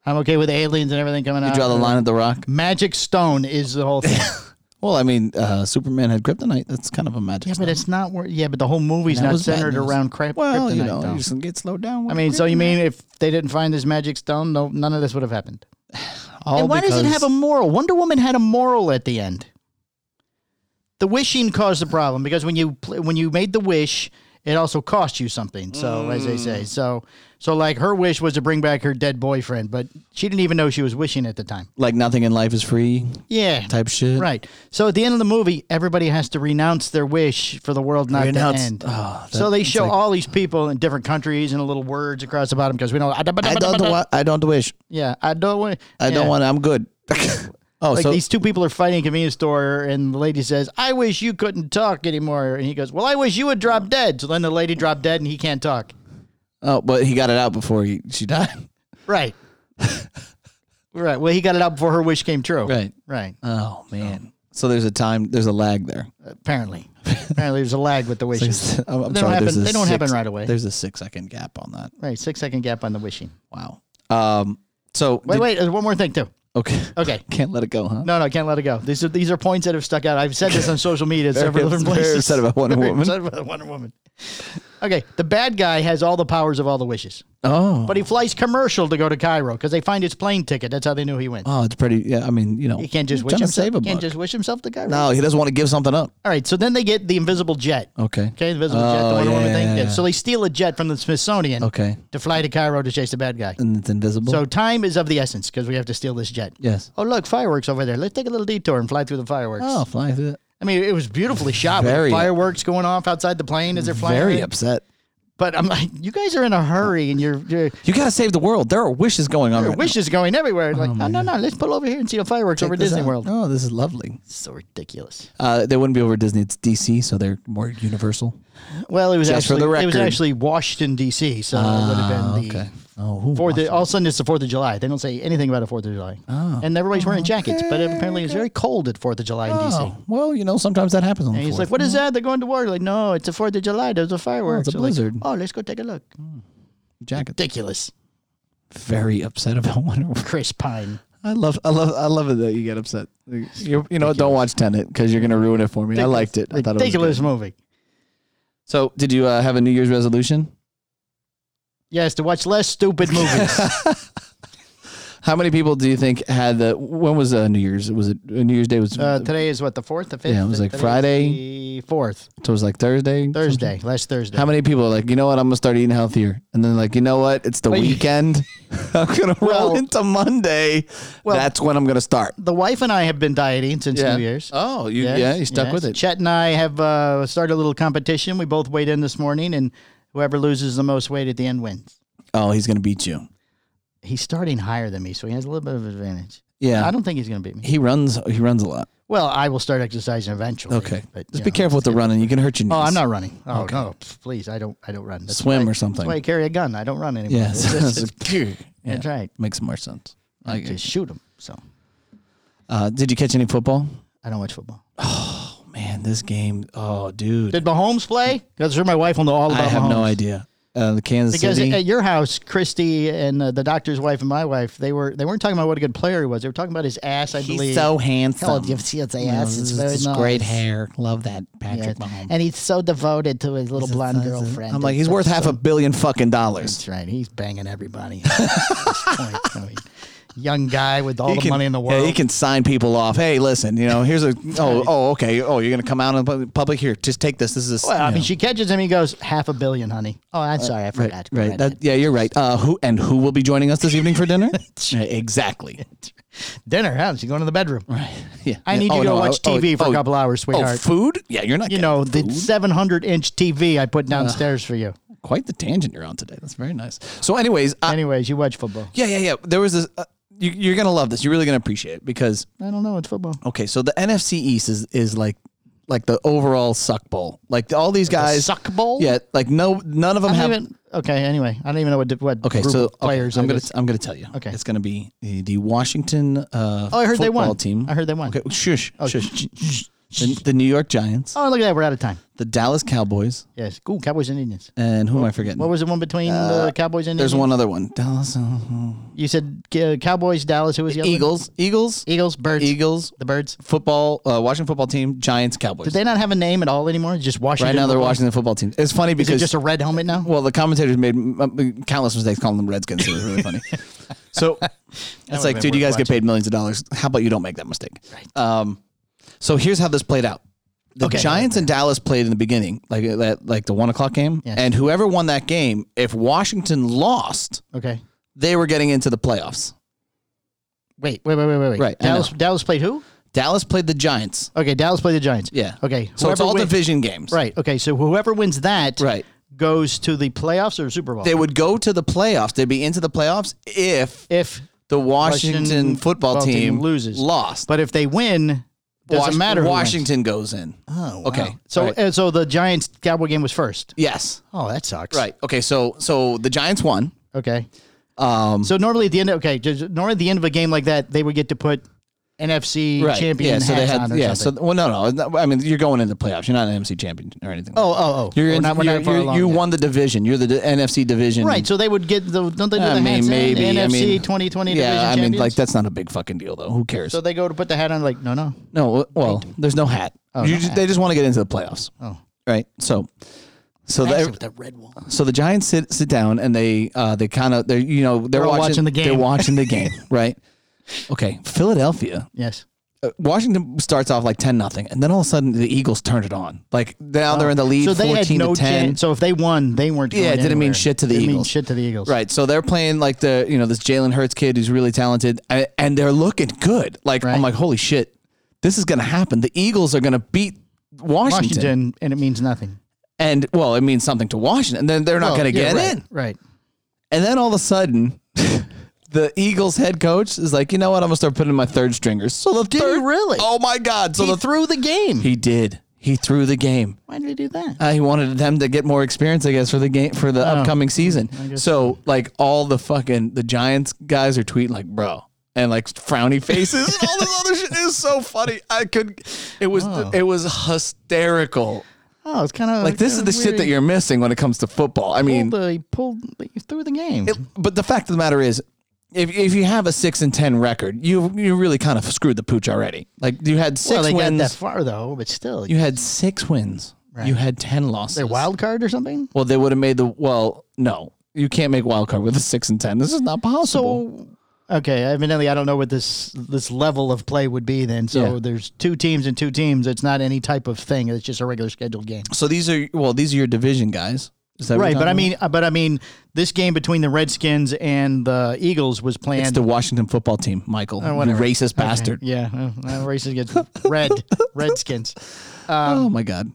Speaker 1: I'm okay with aliens and everything coming out.
Speaker 2: you draw the line at the rock.
Speaker 1: Magic stone is the whole thing.
Speaker 2: Well, I mean, uh, Superman had kryptonite. That's kind of a magic.
Speaker 1: yeah,
Speaker 2: stone.
Speaker 1: but it's not. Where, yeah, but the whole movie's
Speaker 2: That
Speaker 1: not
Speaker 2: was bad
Speaker 1: centered
Speaker 2: news.
Speaker 1: around crap.
Speaker 2: well, you
Speaker 1: kryptonite,
Speaker 2: know,
Speaker 1: though.
Speaker 2: you just get slowed down.
Speaker 1: I mean, so you mean if they didn't find this magic stone, no, none of this would have happened. and why does it have a moral? Wonder Woman had a moral at the end. The wishing caused the problem because when you pl- when you made the wish, it also cost you something. So as they say, so so like her wish was to bring back her dead boyfriend, but she didn't even know she was wishing at the time.
Speaker 2: like nothing in life is free
Speaker 1: Yeah,
Speaker 2: type shit?
Speaker 1: right. So at the end of the movie, everybody has to renounce their wish for the world not
Speaker 2: Renounce-
Speaker 1: to end.
Speaker 2: Oh,
Speaker 1: Ah, so
Speaker 2: that-
Speaker 1: they
Speaker 2: it's
Speaker 1: show
Speaker 2: like,
Speaker 1: all these people in different countries and little words across the bottom because we know.
Speaker 2: I don't. wa- I don't wish.
Speaker 1: Yeah, I don't want.
Speaker 2: I don't want. I'm good. oh,
Speaker 1: Like
Speaker 2: so
Speaker 1: these two people are fighting in a convenience store, and the lady says, "I wish you couldn't talk anymore," and he goes, "Well, I wish you would drop dead." So then the lady dropped dead, and he can't talk.
Speaker 2: oh, but he got it out before he she died.
Speaker 1: Right. right. Well, he got it out before her wish came true.
Speaker 2: Right.
Speaker 1: Right.
Speaker 2: Oh man. So there's a time. There's a lag there.
Speaker 1: Apparently. Apparently, there's a lag with the wishes.
Speaker 2: There's- I'm, I'm
Speaker 1: They don't
Speaker 2: sorry,
Speaker 1: happen-
Speaker 2: there's a
Speaker 1: they don't happen
Speaker 2: six-
Speaker 1: right away.
Speaker 2: There's a six second gap on that.
Speaker 1: Right. Six second gap on the wishing.
Speaker 2: Wow. Um. So
Speaker 1: Wait,
Speaker 2: did-
Speaker 1: wait. There's one more thing too.
Speaker 2: Okay.
Speaker 1: Okay.
Speaker 2: Can't let it go, huh?
Speaker 1: No, no, can't let it go. These are these are points that have stuck out. I've said this on social media several different
Speaker 2: very
Speaker 1: places.
Speaker 2: upset about Wonder
Speaker 1: Very
Speaker 2: Woman.
Speaker 1: upset about Wonder Woman. Okay, the bad guy has all the powers of all the wishes,
Speaker 2: Oh.
Speaker 1: but he flies commercial to go to Cairo because they find his plane ticket. That's how they knew he went.
Speaker 2: Oh, it's pretty. Yeah, I mean, you know,
Speaker 1: He can't just
Speaker 2: he's
Speaker 1: wish
Speaker 2: trying to
Speaker 1: himself.
Speaker 2: save a
Speaker 1: can't
Speaker 2: buck.
Speaker 1: just wish himself to Cairo.
Speaker 2: No, he doesn't want to give something up.
Speaker 1: All right, so then they get the invisible jet.
Speaker 2: Okay.
Speaker 1: Okay, the invisible jet, the
Speaker 2: Oh,
Speaker 1: Wonder
Speaker 2: yeah,
Speaker 1: Woman thing.
Speaker 2: yeah,
Speaker 1: Yeah,
Speaker 2: yeah.
Speaker 1: So they steal a jet from the Smithsonian
Speaker 2: Okay.
Speaker 1: to fly to Cairo to chase the bad guy.
Speaker 2: And it's invisible.
Speaker 1: So time is of the essence because we have to steal this jet.
Speaker 2: yes.
Speaker 1: Oh look, fireworks over there. Let's take a little detour and fly through the fireworks.
Speaker 2: Oh, flying through it.
Speaker 1: I mean, it was beautifully shot with
Speaker 2: Very-
Speaker 1: fireworks going off outside the plane as they're flying.
Speaker 2: Very
Speaker 1: it.
Speaker 2: upset.
Speaker 1: But I'm like, you guys are in a hurry and your your,
Speaker 2: You got to save the world. There are wishes going on.
Speaker 1: your
Speaker 2: right now.
Speaker 1: wish is going everywhere. Like, no, no, no, let's pull over here and see the fireworks over
Speaker 2: Oh, Check this
Speaker 1: Disney
Speaker 2: out.
Speaker 1: World.
Speaker 2: Oh, this is lovely.
Speaker 1: So ridiculous.
Speaker 2: Uh, they wouldn't be over Disney. It's DC, so they're more universal.
Speaker 1: Well, it was
Speaker 2: Just for
Speaker 1: actually
Speaker 2: the
Speaker 1: it was
Speaker 2: record.
Speaker 1: actually Washington D.C., so it would have
Speaker 2: Ah,
Speaker 1: been the
Speaker 2: okay. Oh, who
Speaker 1: Fourth.
Speaker 2: wants-
Speaker 1: Of, all of a sudden, it's the Fourth of July. They don't say anything about the Fourth of July,
Speaker 2: Oh.
Speaker 1: and everybody's wearing jackets. But apparently, it's very cold at Fourth of July in D.C.
Speaker 2: Oh, well, you know, sometimes that happens on
Speaker 1: And
Speaker 2: the
Speaker 1: he's
Speaker 2: fourth.
Speaker 1: like, "What is that? They're going to war." Like, no, it's the Fourth of July. There's a fireworks.
Speaker 2: a
Speaker 1: They're like,
Speaker 2: blizzard.
Speaker 1: oh, let's go take a look.
Speaker 2: Jacket.
Speaker 1: Ridiculous.
Speaker 2: Very upset about Wonder Woman.
Speaker 1: Chris Pine.
Speaker 2: I love, I love, I love it that you get upset. You're, you know, what, don't watch Tenet because you're gonna ruin it for me. I liked it. I thought it was good.
Speaker 1: Ridiculous movie.
Speaker 2: So, did you uh, have a New Year's resolution?
Speaker 1: Yes, to watch less stupid movies.
Speaker 2: How many people do you think had the? When was uh, New Year's? Was it uh, New Year's Day? Was
Speaker 1: uh, today is what the fourth, the fifth.
Speaker 2: Yeah, it was like
Speaker 1: Today's
Speaker 2: Friday.
Speaker 1: the fourth,
Speaker 2: so it was like Thursday,
Speaker 1: Thursday, last Thursday.
Speaker 2: How many people are like, you know what? I'm gonna start eating healthier, and then like, you know what? It's the
Speaker 1: Well, you-
Speaker 2: weekend. I'm gonna roll
Speaker 1: Well-
Speaker 2: into Monday.
Speaker 1: Well-
Speaker 2: That's when I'm gonna start.
Speaker 1: the wife and I have been dieting since New Year's.
Speaker 2: Oh, you
Speaker 1: Yes,
Speaker 2: yeah, you stuck
Speaker 1: yes.
Speaker 2: with it.
Speaker 1: Chet and I have uh, started a little competition. We both weighed in this morning, and whoever loses the most weight at the end wins.
Speaker 2: Oh, he's gonna beat you.
Speaker 1: He's starting higher than me, so he has a little bit of advantage.
Speaker 2: Yeah,
Speaker 1: I don't think he's going to beat me.
Speaker 2: he runs. He runs a lot.
Speaker 1: Well, I will start exercising eventually.
Speaker 2: Okay,
Speaker 1: but
Speaker 2: just
Speaker 1: you
Speaker 2: be
Speaker 1: know,
Speaker 2: careful with the running. You can hurt your knees.
Speaker 1: Oh, I'm not running. Oh no, pff, please! I don't. I don't run. That's
Speaker 2: Swim
Speaker 1: why-
Speaker 2: or something.
Speaker 1: That's why I carry a gun. I don't run anymore.
Speaker 2: Yes,
Speaker 1: that's,
Speaker 2: yeah.
Speaker 1: right.
Speaker 2: makes more sense.
Speaker 1: I just shoot them. So
Speaker 2: Uh, did you catch any football?
Speaker 1: I don't watch football.
Speaker 2: Man, this game. Oh, dude.
Speaker 1: Did Mahomes play? Because sure my wife will know all about
Speaker 2: I have
Speaker 1: Mahomes.
Speaker 2: no idea. Uh, the Kansas
Speaker 1: Because
Speaker 2: City.
Speaker 1: at your house, Christy and uh, the doctor's wife and my wife, they were they weren't talking about what a good player he was. They were talking about his ass. I believe.
Speaker 2: handsome.
Speaker 1: Oh, you see his ass?
Speaker 2: You know,
Speaker 1: It's
Speaker 2: this-
Speaker 1: very
Speaker 2: this
Speaker 1: nice.
Speaker 2: Great hair. Love that
Speaker 1: Yes.
Speaker 2: Patrick Mahomes.
Speaker 1: and he's so devoted to his little blonde
Speaker 2: That's it.
Speaker 1: girlfriend.
Speaker 2: I'm like,
Speaker 1: It's
Speaker 2: he's worth half a billion fucking dollars.
Speaker 1: That's right. He's banging everybody. at this point. I mean, young guy with all
Speaker 2: He
Speaker 1: the
Speaker 2: can-
Speaker 1: money in the
Speaker 2: yeah,
Speaker 1: world.
Speaker 2: he can sign people off. Hey, listen, you know, here's a. Oh, oh, okay. Oh, you're gonna come out in pub- public here. Just take this. This is.
Speaker 1: well, I
Speaker 2: you
Speaker 1: mean,
Speaker 2: know.
Speaker 1: she catches him. He goes half a billion, honey. Oh, I'm sorry, I forgot.
Speaker 2: Uh, Right,
Speaker 1: Go
Speaker 2: right.
Speaker 1: ahead.
Speaker 2: That- yeah, you're right. Uh, who and who will be joining us this evening for dinner? Yeah, exactly.
Speaker 1: Dinner. How's she going to the bedroom?
Speaker 2: Yeah.
Speaker 1: I need
Speaker 2: Oh,
Speaker 1: you to
Speaker 2: no,
Speaker 1: go watch
Speaker 2: oh,
Speaker 1: TV for
Speaker 2: oh,
Speaker 1: a couple hours,
Speaker 2: Oh,
Speaker 1: sweetheart.
Speaker 2: food? Yeah, you're not.
Speaker 1: you
Speaker 2: getting
Speaker 1: know the
Speaker 2: food.
Speaker 1: 700 inch TV I put downstairs for you.
Speaker 2: quite the tangent you're on today. That's very nice. So, anyways, uh,
Speaker 1: Anyways, you watch football.
Speaker 2: yeah, yeah, yeah. There was this. Uh, you, you're gonna love this. You're really gonna appreciate it because
Speaker 1: I don't know. It's football.
Speaker 2: okay, so the NFC East is is like like the overall suck bowl. Like all these guys
Speaker 1: suck bowl?
Speaker 2: Yeah, like no, none of them
Speaker 1: I
Speaker 2: have.
Speaker 1: don't even. Okay. Anyway, I don't even know what what
Speaker 2: okay,
Speaker 1: group
Speaker 2: so
Speaker 1: of
Speaker 2: okay,
Speaker 1: players.
Speaker 2: I'm
Speaker 1: it
Speaker 2: gonna
Speaker 1: is.
Speaker 2: I'm gonna tell you.
Speaker 1: Okay.
Speaker 2: it's gonna be the, the Washington. Uh,
Speaker 1: Oh, I heard they
Speaker 2: football
Speaker 1: won.
Speaker 2: Team.
Speaker 1: I heard they won.
Speaker 2: Okay, shush, shush. The, the New York Giants,
Speaker 1: Oh, look at that. We're out of time.
Speaker 2: the Dallas Cowboys,
Speaker 1: Yes. Cool. Cowboys and Indians.
Speaker 2: and who am I forgetting?
Speaker 1: What was the one between the Cowboys and
Speaker 2: Uh, There's
Speaker 1: Indians?
Speaker 2: one other one. Dallas, uh,
Speaker 1: You said uh, Cowboys, Dallas. Who was the other one?
Speaker 2: Eagles, Eagles,
Speaker 1: Eagles, birds,
Speaker 2: Eagles,
Speaker 1: the birds.
Speaker 2: football, uh, Washington football team, Giants, Cowboys.
Speaker 1: Did they not have a name at all anymore? It's Just Washington.
Speaker 2: right now they're
Speaker 1: football?
Speaker 2: Washington football team. It's funny
Speaker 1: Is it
Speaker 2: because
Speaker 1: just a red helmet now?
Speaker 2: well, the commentators made um, countless mistakes calling them Redskins. So it was really funny. So it's like,
Speaker 1: been
Speaker 2: dude, you
Speaker 1: worth
Speaker 2: guys get paid millions of dollars. How about you don't make that mistake? Um, so here's how this played out. The
Speaker 1: Okay.
Speaker 2: Giants and Dallas played in the beginning, like uh, that, like the one o'clock game,
Speaker 1: Yes.
Speaker 2: and whoever won that game, if Washington lost,
Speaker 1: Okay.
Speaker 2: they were getting into the playoffs.
Speaker 1: Wait, wait, wait, wait, wait, wait.
Speaker 2: Right, I
Speaker 1: Dallas, Dallas played who?
Speaker 2: Dallas played the Giants.
Speaker 1: Okay, Dallas played the Giants.
Speaker 2: Yeah.
Speaker 1: Okay.
Speaker 2: So it's all
Speaker 1: wins,
Speaker 2: division games.
Speaker 1: Right. Okay. So whoever wins that
Speaker 2: Right.
Speaker 1: goes to the playoffs or Super Bowl.
Speaker 2: They would go to the playoffs. They'd be into the playoffs if
Speaker 1: if,
Speaker 2: the Washington,
Speaker 1: Washington
Speaker 2: football,
Speaker 1: football
Speaker 2: team,
Speaker 1: team loses.
Speaker 2: Lost.
Speaker 1: but if they win, doesn't
Speaker 2: Wash-
Speaker 1: matter. who wins.
Speaker 2: Washington goes in.
Speaker 1: Oh. wow.
Speaker 2: Okay.
Speaker 1: So
Speaker 2: Right.
Speaker 1: uh, so the Giants Cowboy game was first.
Speaker 2: Yes.
Speaker 1: Oh, that sucks.
Speaker 2: Right. Okay. So so the Giants won.
Speaker 1: Okay.
Speaker 2: Um,
Speaker 1: So normally at the end, of, okay, just- normally at the end of a game like that, they would get to put NFC
Speaker 2: right.
Speaker 1: champion
Speaker 2: yeah. So they
Speaker 1: hats
Speaker 2: had.
Speaker 1: on or
Speaker 2: yeah.
Speaker 1: something.
Speaker 2: So well, no, no. I mean, you're going into playoffs. You're not an MC champion or anything.
Speaker 1: oh, oh, oh,
Speaker 2: you're
Speaker 1: We're
Speaker 2: in,
Speaker 1: not- we're not
Speaker 2: you're-
Speaker 1: far
Speaker 2: you're-
Speaker 1: along
Speaker 2: you
Speaker 1: yet.
Speaker 2: won the division. You're the d- NFC division.
Speaker 1: right? So they would get the don't they do
Speaker 2: I
Speaker 1: the
Speaker 2: mean,
Speaker 1: hats in?
Speaker 2: maybe. I
Speaker 1: NFC
Speaker 2: mean,
Speaker 1: 2020
Speaker 2: Yeah.
Speaker 1: division
Speaker 2: I mean,
Speaker 1: champions?
Speaker 2: like that's not a big fucking deal though. Who cares?
Speaker 1: so they go to put the hat on like no no
Speaker 2: No, well, there's no hat. you just, They just want to get into the playoffs.
Speaker 1: Oh.
Speaker 2: right. So, so the,
Speaker 1: the red one.
Speaker 2: so the Giants sit sit down and they uh they kind of they are you know they're,
Speaker 1: They're all
Speaker 2: watching,
Speaker 1: watching the game.
Speaker 2: They're watching the game, right? Okay, Philadelphia.
Speaker 1: Yes.
Speaker 2: Uh, Washington starts off like ten nothing, and then all of a sudden the Eagles turned it on. Like now they're in the lead,
Speaker 1: So they had
Speaker 2: fourteen
Speaker 1: no
Speaker 2: to ten.
Speaker 1: chance. So if they won, they weren't.
Speaker 2: Yeah,
Speaker 1: going
Speaker 2: it didn't mean
Speaker 1: anywhere.
Speaker 2: shit to the
Speaker 1: Didn't mean
Speaker 2: Eagles.
Speaker 1: shit to the Eagles.
Speaker 2: Right, so they're playing like the you know this Jalen Hurts kid who's really talented, and, and they're looking good. Like I'm
Speaker 1: Right.
Speaker 2: like, holy shit, this is gonna happen. The Eagles are gonna beat Washington.
Speaker 1: Washington, and it means nothing.
Speaker 2: And well, it means something to Washington. And then they're not
Speaker 1: Oh,
Speaker 2: going to
Speaker 1: yeah,
Speaker 2: get
Speaker 1: right,
Speaker 2: in.
Speaker 1: Right.
Speaker 2: And then all of a sudden, the Eagles head coach is like, you know what? I'm going to start putting in my third stringers. So the
Speaker 1: he
Speaker 2: third,
Speaker 1: really?
Speaker 2: Oh my God! So
Speaker 1: He
Speaker 2: the
Speaker 1: threw the game.
Speaker 2: he did. He threw the game.
Speaker 1: Why did he do that?
Speaker 2: Uh, he wanted them to get more experience, I guess, for the game for the
Speaker 1: Oh.
Speaker 2: upcoming season. So like all the fucking the Giants guys are tweeting like, bro. And like frowny faces and all this other shit It was so funny. I could, it was it was hysterical.
Speaker 1: oh, it's kind of
Speaker 2: Like this is the shit that you're missing when it comes to football. I mean,
Speaker 1: Pulled, uh, he pulled. He threw the game.
Speaker 2: It- but the fact of the matter is, if if you have a six and ten record, you you really kind of screwed the pooch already. Like you had
Speaker 1: well,
Speaker 2: six
Speaker 1: they got that
Speaker 2: wins.
Speaker 1: far though, but still,
Speaker 2: You had six wins. You had ten losses.
Speaker 1: a wild card or something.
Speaker 2: Well, they would have made the well. No, you can't make wild card with a six and ten. This is not possible.
Speaker 1: So, okay, evidently I don't know what this this level of play would be then. So
Speaker 2: Yeah.
Speaker 1: there's two teams and two teams. It's not any type of thing. It's just a regular scheduled game.
Speaker 2: So, these are well, these are your division guys. Is that what
Speaker 1: Right,
Speaker 2: you're
Speaker 1: but I
Speaker 2: talking
Speaker 1: mean, uh, but I mean, this game between the Redskins and the Eagles was
Speaker 2: about?
Speaker 1: planned.
Speaker 2: it's the Washington football team, Michael. you
Speaker 1: whatever.
Speaker 2: racist bastard.
Speaker 1: yeah, uh, uh, races against red Redskins.
Speaker 2: oh my god.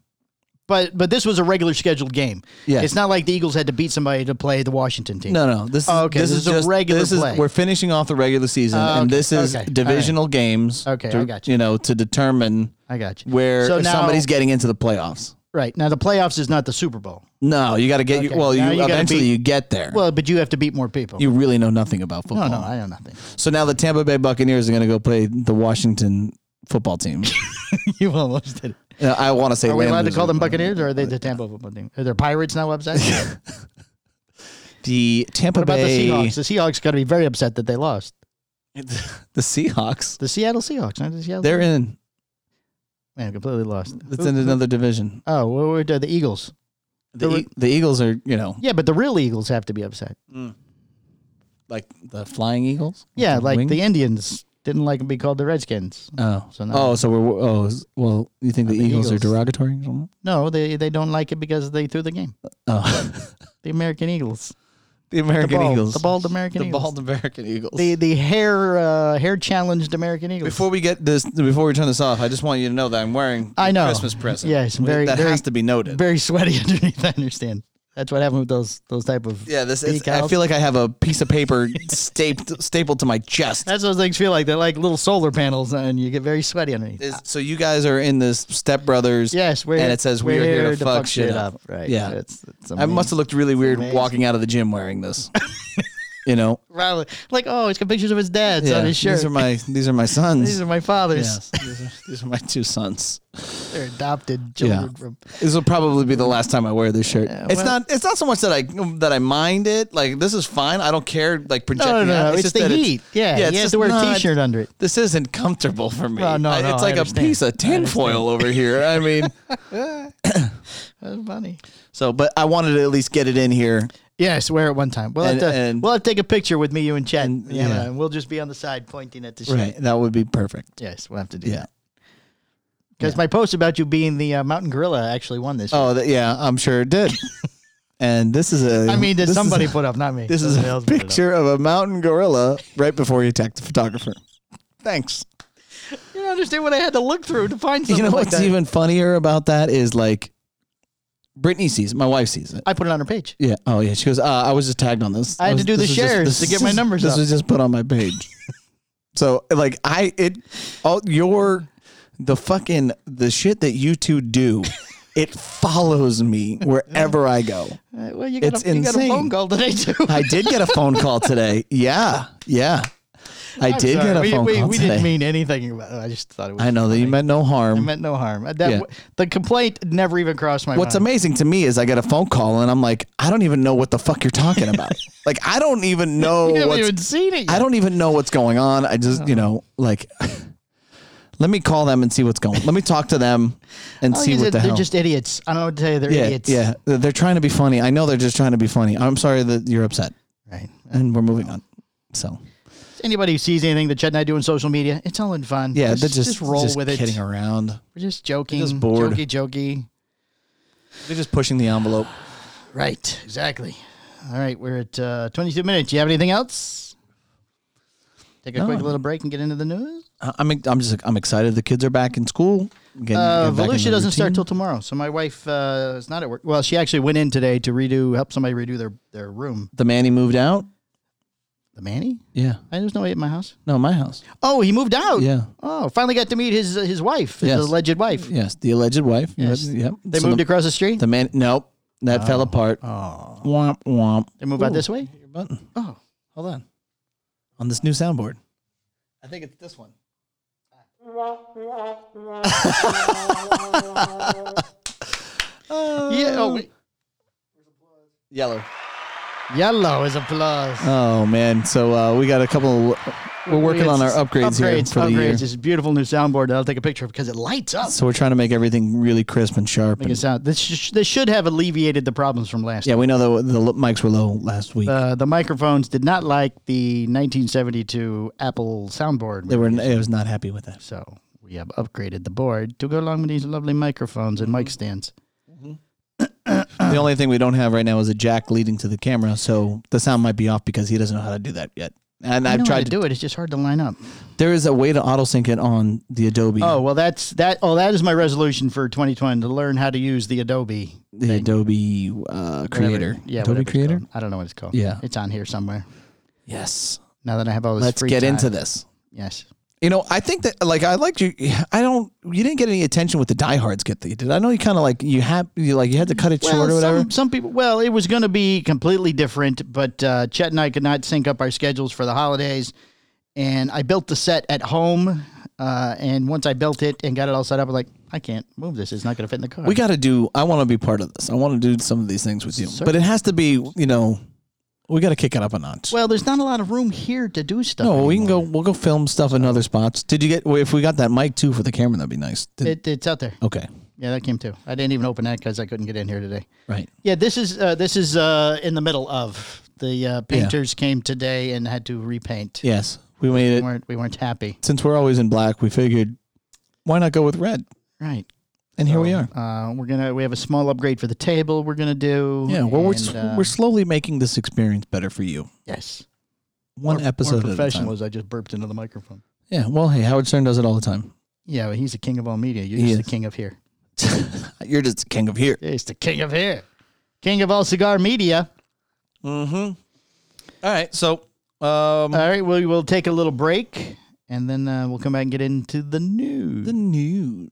Speaker 1: But but this was a regular scheduled game.
Speaker 2: Yes.
Speaker 1: it's not like the Eagles had to beat somebody to play the Washington team.
Speaker 2: No, no. This is
Speaker 1: Oh, okay,
Speaker 2: This,
Speaker 1: this is
Speaker 2: is
Speaker 1: a
Speaker 2: just
Speaker 1: regular
Speaker 2: This is
Speaker 1: play.
Speaker 2: we're finishing off the regular season, and
Speaker 1: okay,
Speaker 2: this is
Speaker 1: okay, all right.
Speaker 2: divisional games.
Speaker 1: Okay, I
Speaker 2: to,
Speaker 1: got you.
Speaker 2: know, to determine
Speaker 1: I got you.
Speaker 2: where
Speaker 1: So
Speaker 2: if
Speaker 1: now-
Speaker 2: somebody's getting into the playoffs.
Speaker 1: Right now, the playoffs is not the Super Bowl.
Speaker 2: No, you got to get. you,
Speaker 1: Okay,
Speaker 2: well, you,
Speaker 1: now you gotta
Speaker 2: eventually
Speaker 1: beat-
Speaker 2: you get there.
Speaker 1: Well, but you have to beat more people.
Speaker 2: you really know nothing about
Speaker 1: no,
Speaker 2: football.
Speaker 1: no, I know nothing.
Speaker 2: So now the Tampa Bay Buccaneers are going to go play the Washington football team.
Speaker 1: you almost did. it.
Speaker 2: Uh, I want to say
Speaker 1: Are we
Speaker 2: win,
Speaker 1: allowed to
Speaker 2: lose,
Speaker 1: call
Speaker 2: or
Speaker 1: them
Speaker 2: whatever.
Speaker 1: Buccaneers, or are they the Tampa football team? Are there pirates now upset?
Speaker 2: The Tampa
Speaker 1: what about the
Speaker 2: Bay
Speaker 1: Seahawks? The Seahawks got to be very upset that they lost.
Speaker 2: The Seahawks.
Speaker 1: The Seattle Seahawks, not the Seattle.
Speaker 2: They're in.
Speaker 1: Man, I'm completely lost.
Speaker 2: It's
Speaker 1: Who-
Speaker 2: in
Speaker 1: who-
Speaker 2: another division.
Speaker 1: Oh, well, we're the Eagles.
Speaker 2: The,
Speaker 1: Who-
Speaker 2: E- the Eagles are, you know,
Speaker 1: Yeah, but the real Eagles have to be upset.
Speaker 2: like the flying eagles.
Speaker 1: Yeah, like
Speaker 2: Wing?
Speaker 1: the Indians didn't like to be called the Redskins.
Speaker 2: Oh,
Speaker 1: So
Speaker 2: so
Speaker 1: now-
Speaker 2: oh, so we're oh is- well. You think the,
Speaker 1: the
Speaker 2: eagles, are
Speaker 1: Eagles.
Speaker 2: derogatory? or something?
Speaker 1: No, they they don't like it because they threw the game.
Speaker 2: Oh,
Speaker 1: The American Eagles.
Speaker 2: the
Speaker 1: The
Speaker 2: American
Speaker 1: bald,
Speaker 2: eagles,
Speaker 1: The bald American
Speaker 2: the
Speaker 1: Eagles.
Speaker 2: bald American eagles.
Speaker 1: The the hair uh, hair challenged American Eagles.
Speaker 2: before we get this, before we turn this off, I just want you to know that I'm wearing
Speaker 1: I
Speaker 2: a
Speaker 1: know.
Speaker 2: Christmas present.
Speaker 1: Yes,
Speaker 2: We-
Speaker 1: very-
Speaker 2: that
Speaker 1: very-
Speaker 2: has to be noted.
Speaker 1: Very sweaty underneath. I understand. That's what happened with those those type of.
Speaker 2: yeah, this is, I
Speaker 1: decals.
Speaker 2: feel like I have a piece of paper stapled stapled to my chest.
Speaker 1: That's what those things feel like. They're like little solar panels, and you get very sweaty underneath.
Speaker 2: Is- so you guys are in this Step Brothers.
Speaker 1: Yes, we're
Speaker 2: and it says we're, here, to, fuck, shit up.
Speaker 1: Right.
Speaker 2: Yeah.
Speaker 1: It's, it's
Speaker 2: I must have looked really weird
Speaker 1: amazing.
Speaker 2: walking out of the gym wearing this. you know,
Speaker 1: Probably. Like, oh, he's got pictures of his dad's
Speaker 2: yeah.
Speaker 1: on his shirt.
Speaker 2: These are my these are my sons.
Speaker 1: These are my father's.
Speaker 2: Yes, these are, these are my two sons.
Speaker 1: They're adopted children
Speaker 2: Yeah.
Speaker 1: from.
Speaker 2: This will probably be the last time I wear this shirt.
Speaker 1: Yeah,
Speaker 2: it's
Speaker 1: well-
Speaker 2: not. It's not so much that I that I mind it. Like this is fine. I don't care. Like projecting.
Speaker 1: No, no,
Speaker 2: out.
Speaker 1: no. It's,
Speaker 2: just
Speaker 1: the
Speaker 2: that
Speaker 1: heat. yeah.
Speaker 2: yeah,
Speaker 1: You
Speaker 2: it's
Speaker 1: have
Speaker 2: just
Speaker 1: to wear a
Speaker 2: not-
Speaker 1: t shirt under it.
Speaker 2: This isn't comfortable for me.
Speaker 1: Well, Oh, no,
Speaker 2: I-
Speaker 1: no,
Speaker 2: it's
Speaker 1: I
Speaker 2: like a
Speaker 1: understand.
Speaker 2: piece of tinfoil over here. I mean,
Speaker 1: That's funny.
Speaker 2: so but I wanted to at least get it in here.
Speaker 1: Yes, wear it one time. We'll,
Speaker 2: And-
Speaker 1: have, to,
Speaker 2: and-
Speaker 1: we'll have to take a picture with me, you, and Chad.
Speaker 2: And-
Speaker 1: yeah.
Speaker 2: yeah.
Speaker 1: and we'll just be on the side pointing at the shit.
Speaker 2: Right, that would be perfect.
Speaker 1: Yes, we'll have to do
Speaker 2: Yeah.
Speaker 1: Because my post about you being the uh, mountain gorilla actually won this.
Speaker 2: Oh, th- yeah, I'm sure it did. and this is a.
Speaker 1: I mean,
Speaker 2: this
Speaker 1: did
Speaker 2: is a-
Speaker 1: somebody put up, not me.
Speaker 2: This is
Speaker 1: Somebody
Speaker 2: a
Speaker 1: else put it up.
Speaker 2: picture of a mountain gorilla right before you attacked the photographer. Thanks.
Speaker 1: You don't understand what I had to look through to find something
Speaker 2: you know
Speaker 1: like
Speaker 2: what's
Speaker 1: that.
Speaker 2: even funnier about that is like Brittany sees it. My wife sees it.
Speaker 1: I put it on her page.
Speaker 2: Yeah. Oh yeah. She goes. Uh, I was just tagged on this.
Speaker 1: I had
Speaker 2: was-
Speaker 1: to do the
Speaker 2: this was just-
Speaker 1: shares
Speaker 2: this
Speaker 1: to get my
Speaker 2: is-
Speaker 1: numbers
Speaker 2: This
Speaker 1: up."
Speaker 2: was just put on my page. so like I it all your the fucking the shit that you two do. It follows me wherever I go.
Speaker 1: Uh, well, you
Speaker 2: It's
Speaker 1: got, a, you got a
Speaker 2: insane.
Speaker 1: phone call today too.
Speaker 2: I did get a phone call today. Yeah, yeah. I
Speaker 1: I'm
Speaker 2: did
Speaker 1: sorry.
Speaker 2: get a
Speaker 1: we,
Speaker 2: phone
Speaker 1: we,
Speaker 2: call
Speaker 1: We
Speaker 2: today.
Speaker 1: didn't mean anything. About it. I just thought it was.
Speaker 2: I know that you
Speaker 1: funny.
Speaker 2: meant no harm.
Speaker 1: I meant no harm. Uh, That,
Speaker 2: Yeah.
Speaker 1: The complaint never even crossed my
Speaker 2: What's
Speaker 1: mind.
Speaker 2: amazing to me is I get a phone call and I'm like, I don't even know what the fuck you're talking about. like I don't even know
Speaker 1: You haven't
Speaker 2: what's
Speaker 1: even seen it. Yet.
Speaker 2: I don't even know what's going on. I just, you know, like let me call them and see what's going. Let me talk to them and
Speaker 1: All
Speaker 2: see
Speaker 1: you
Speaker 2: what
Speaker 1: said,
Speaker 2: the
Speaker 1: Oh, they're
Speaker 2: hell.
Speaker 1: just idiots. I don't know what to tell you. They're
Speaker 2: yeah,
Speaker 1: idiots.
Speaker 2: yeah. They're trying to be funny. I know they're just trying to be funny. I'm sorry that you're upset.
Speaker 1: Right.
Speaker 2: And we're moving on. So,
Speaker 1: Anybody who sees anything that Chet and I do on social media, it's all in fun.
Speaker 2: yeah,
Speaker 1: just,
Speaker 2: they're just,
Speaker 1: roll
Speaker 2: just
Speaker 1: with it.
Speaker 2: kidding around.
Speaker 1: We're just joking.
Speaker 2: They're just bored.
Speaker 1: Jokey, jokey.
Speaker 2: They're just pushing the envelope.
Speaker 1: Right. Exactly. All right. We're at uh, 22 minutes. Do you have anything else? Take a
Speaker 2: No,
Speaker 1: quick
Speaker 2: I'm-
Speaker 1: little break and get into the news.
Speaker 2: I- I'm I'm just I'm excited the kids are back in school. Getting,
Speaker 1: Uh,
Speaker 2: getting back in
Speaker 1: Volusia
Speaker 2: the
Speaker 1: doesn't start
Speaker 2: routine.
Speaker 1: till tomorrow, so my wife uh, is not at work. Well, she actually went in today to redo, help somebody redo their their room.
Speaker 2: the man he moved out.
Speaker 1: The Manny?
Speaker 2: Yeah.
Speaker 1: I there's no way at my house.
Speaker 2: No, my house.
Speaker 1: Oh, he moved out.
Speaker 2: Yeah.
Speaker 1: Oh, finally got to meet his his wife, his
Speaker 2: Yes.
Speaker 1: alleged wife.
Speaker 2: Yes, the alleged wife.
Speaker 1: Yes.
Speaker 2: Yep.
Speaker 1: They
Speaker 2: So
Speaker 1: moved
Speaker 2: the,
Speaker 1: across the street.
Speaker 2: the man. Nope, that fell apart.
Speaker 1: oh,
Speaker 2: Womp womp.
Speaker 1: they move out
Speaker 2: Ooh.
Speaker 1: this way.
Speaker 2: Your button.
Speaker 1: Oh,
Speaker 2: Hold on. On this new soundboard. I think it's this one. Uh,
Speaker 1: yeah. Oh, wait.
Speaker 2: Yellow.
Speaker 1: yellow is applause.
Speaker 2: Oh man. So uh, we got a couple. We're working on our upgrades, here
Speaker 1: upgrades,
Speaker 2: for the
Speaker 1: upgrades.
Speaker 2: year.
Speaker 1: This beautiful new soundboard that I'll take a picture of because it lights up.
Speaker 2: So we're trying to make everything really crisp and sharp.
Speaker 1: Make
Speaker 2: and-
Speaker 1: it sound. This sh- this should have alleviated the problems from last.
Speaker 2: yeah, we know that the l- mics were low last week.
Speaker 1: Uh, the microphones did not like the 1972 Apple soundboard.
Speaker 2: they were. I was not happy with that.
Speaker 1: so we have upgraded the board to go along with these lovely microphones and mic stands.
Speaker 2: the only thing we don't have right now is a jack leading to the camera, so the sound might be off because he doesn't know how to do that yet. And
Speaker 1: I
Speaker 2: I've
Speaker 1: know how
Speaker 2: tried
Speaker 1: to
Speaker 2: to
Speaker 1: do it. It's just hard to line up.
Speaker 2: There is a way to auto sync it on the Adobe.
Speaker 1: Oh well, that's that. Oh, that is my resolution for 2020 to learn how to use the Adobe
Speaker 2: the Adobe uh,
Speaker 1: whatever-
Speaker 2: Creator.
Speaker 1: Yeah, whatever
Speaker 2: Adobe
Speaker 1: it's
Speaker 2: Creator.
Speaker 1: called. I don't know what it's called.
Speaker 2: Yeah.
Speaker 1: it's on here somewhere.
Speaker 2: Yes.
Speaker 1: Now that I have all this,
Speaker 2: Let's
Speaker 1: free
Speaker 2: get
Speaker 1: time.
Speaker 2: into this.
Speaker 1: Yes.
Speaker 2: You know, I think that like I liked you. I don't. You didn't get any attention with the diehards, get the did? I know you kind of like you have you like you had to cut it short or whatever.
Speaker 1: Some, some people. Well, it was going to be completely different, but uh, Chet and I could not sync up our schedules for the holidays, and I built the set at home. Uh, and once I built it and got it all set up, I'm like, I can't move this. It's not going to fit in the car.
Speaker 2: we got to do. I want to be part of this. I want to do some of these things with you, but it has to be. You know, we got to kick it up a notch.
Speaker 1: well, there's not a lot of room here to do stuff.
Speaker 2: No, we can go.
Speaker 1: anymore.
Speaker 2: We'll go film stuff in other spots. Did you get? well, If we got that mic too for the camera, that'd be nice. Did-
Speaker 1: It, it's out there.
Speaker 2: okay,
Speaker 1: Yeah, that came too. I didn't even open that because I couldn't get in here today.
Speaker 2: right.
Speaker 1: Yeah, this is uh, this is uh, in the middle of The uh, painters came today and had to repaint.
Speaker 2: Yes, we made
Speaker 1: We
Speaker 2: it.
Speaker 1: weren't we weren't happy.
Speaker 2: Since we're always in black, we figured why not go with red?
Speaker 1: Right.
Speaker 2: And here we are.
Speaker 1: Uh, we're gonna we have a small upgrade for the table. We're gonna do.
Speaker 2: Yeah, well, we're,
Speaker 1: and,
Speaker 2: s
Speaker 1: uh,
Speaker 2: we're slowly making this experience better for you.
Speaker 1: yes.
Speaker 2: One
Speaker 1: More- More
Speaker 2: episode at a
Speaker 1: professional
Speaker 2: time.
Speaker 1: was I just burped into the microphone.
Speaker 2: Yeah, well, hey, Howard Stern does it all the time.
Speaker 1: Yeah, but he's the king of all media. You're
Speaker 2: He
Speaker 1: just
Speaker 2: is.
Speaker 1: the king of here.
Speaker 2: You're just the king of here.
Speaker 1: He's the king of here. King of all cigar media.
Speaker 2: Mm-hmm. All right, so
Speaker 1: All
Speaker 2: um,
Speaker 1: right, we will take a little break and then uh, we'll come back and get into the news.
Speaker 2: the news.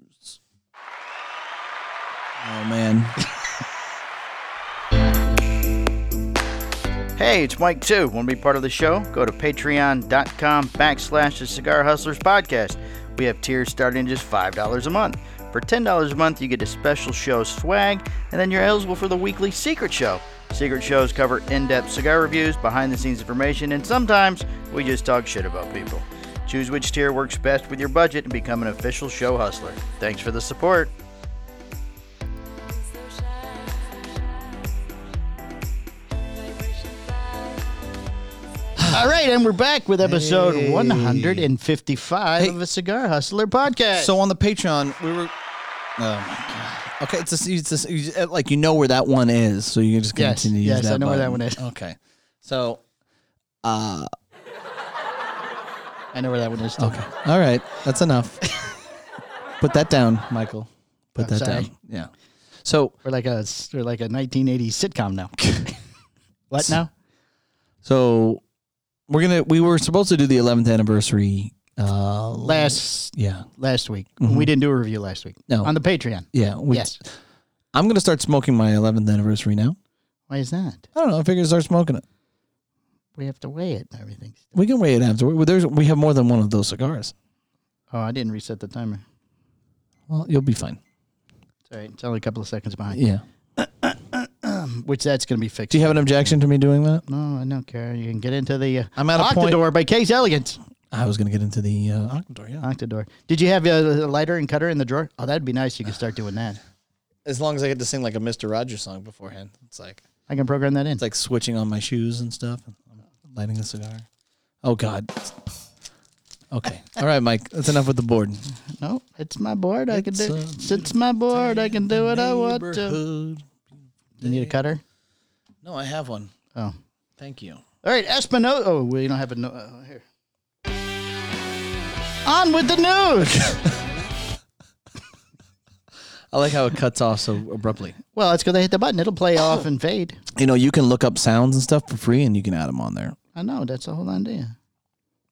Speaker 2: Oh man,
Speaker 1: Hey, it's Mike too. Want to be part of the show? Go to patreon.com backslash the Cigar Hustlers Podcast. We have tiers starting at just $5 a month. For $10 a month, you get a special show swag, and then you're eligible for the weekly secret show. Secret shows cover in depth cigar reviews, behind the scenes information, and sometimes we just talk shit about people. Choose which tier works best with your budget and become an official show hustler. Thanks for the support. All right, and we're back with episode 155 of the Cigar Hustler podcast.
Speaker 2: so on the Patreon, we were. Oh my god. Okay, it's a, it's a, you just- like you know where that one is, so you can just
Speaker 1: Yes,
Speaker 2: continue. to use
Speaker 1: yes, I know where that
Speaker 2: button.
Speaker 1: one is.
Speaker 2: Okay, so
Speaker 1: I know where that one is.
Speaker 2: okay, all right, that's enough. Put that down, Michael. Put
Speaker 1: I'm
Speaker 2: that
Speaker 1: sorry.
Speaker 2: down. Yeah. So
Speaker 1: We're like a we're like a 1980s sitcom now. what now?
Speaker 2: so we're gonna we were supposed to do the 11th anniversary. Uh,
Speaker 1: Last
Speaker 2: yeah,
Speaker 1: last week we didn't do a review last week.
Speaker 2: Mm-hmm. No.
Speaker 1: on the Patreon.
Speaker 2: yeah. We,
Speaker 1: yes.
Speaker 2: I'm gonna start smoking my 11th anniversary now.
Speaker 1: Why is that?
Speaker 2: I don't know. I figure start smoking it.
Speaker 1: We have to weigh it and everything.
Speaker 2: We can weigh it afterward. Well, There's we have more than one of those cigars.
Speaker 1: Oh, I didn't reset the timer.
Speaker 2: Well, you'll be fine.
Speaker 1: It's all right. It's only a couple of seconds behind.
Speaker 2: Yeah.
Speaker 1: Which that's going to be fixed.
Speaker 2: Do you have an objection to me doing that?
Speaker 1: no, I don't care. You can get into the uh,
Speaker 2: I'm at a point-
Speaker 1: Octador by Case Elegance.
Speaker 2: I was gonna get into the uh, Octador. Yeah.
Speaker 1: Octador. Did you have uh, a lighter and cutter in the drawer? Oh, that'd be nice. You could start doing that.
Speaker 2: As long as I get to sing like a Mister Rogers song beforehand, it's like
Speaker 1: I can program that in.
Speaker 2: it's like switching on my shoes and stuff. and I'm lighting a cigar. Oh God. Okay. All right, Mike. That's enough with the board.
Speaker 1: no, Oh, it's my board. I can do.
Speaker 2: It's
Speaker 1: It's my board. I can do what I want to.
Speaker 2: Neighborhood.
Speaker 1: You need a cutter?
Speaker 2: No, I have one.
Speaker 1: Oh.
Speaker 2: Thank you.
Speaker 1: All right, Espinosa. Oh, we don't have a no. Uh, here. On with the news.
Speaker 2: I like how it cuts off so abruptly.
Speaker 1: well, that's because I hit the button. It'll
Speaker 2: Oh.
Speaker 1: play off and fade.
Speaker 2: You know, you can look up sounds and stuff for free, and you can add them on there.
Speaker 1: I know. That's the whole idea.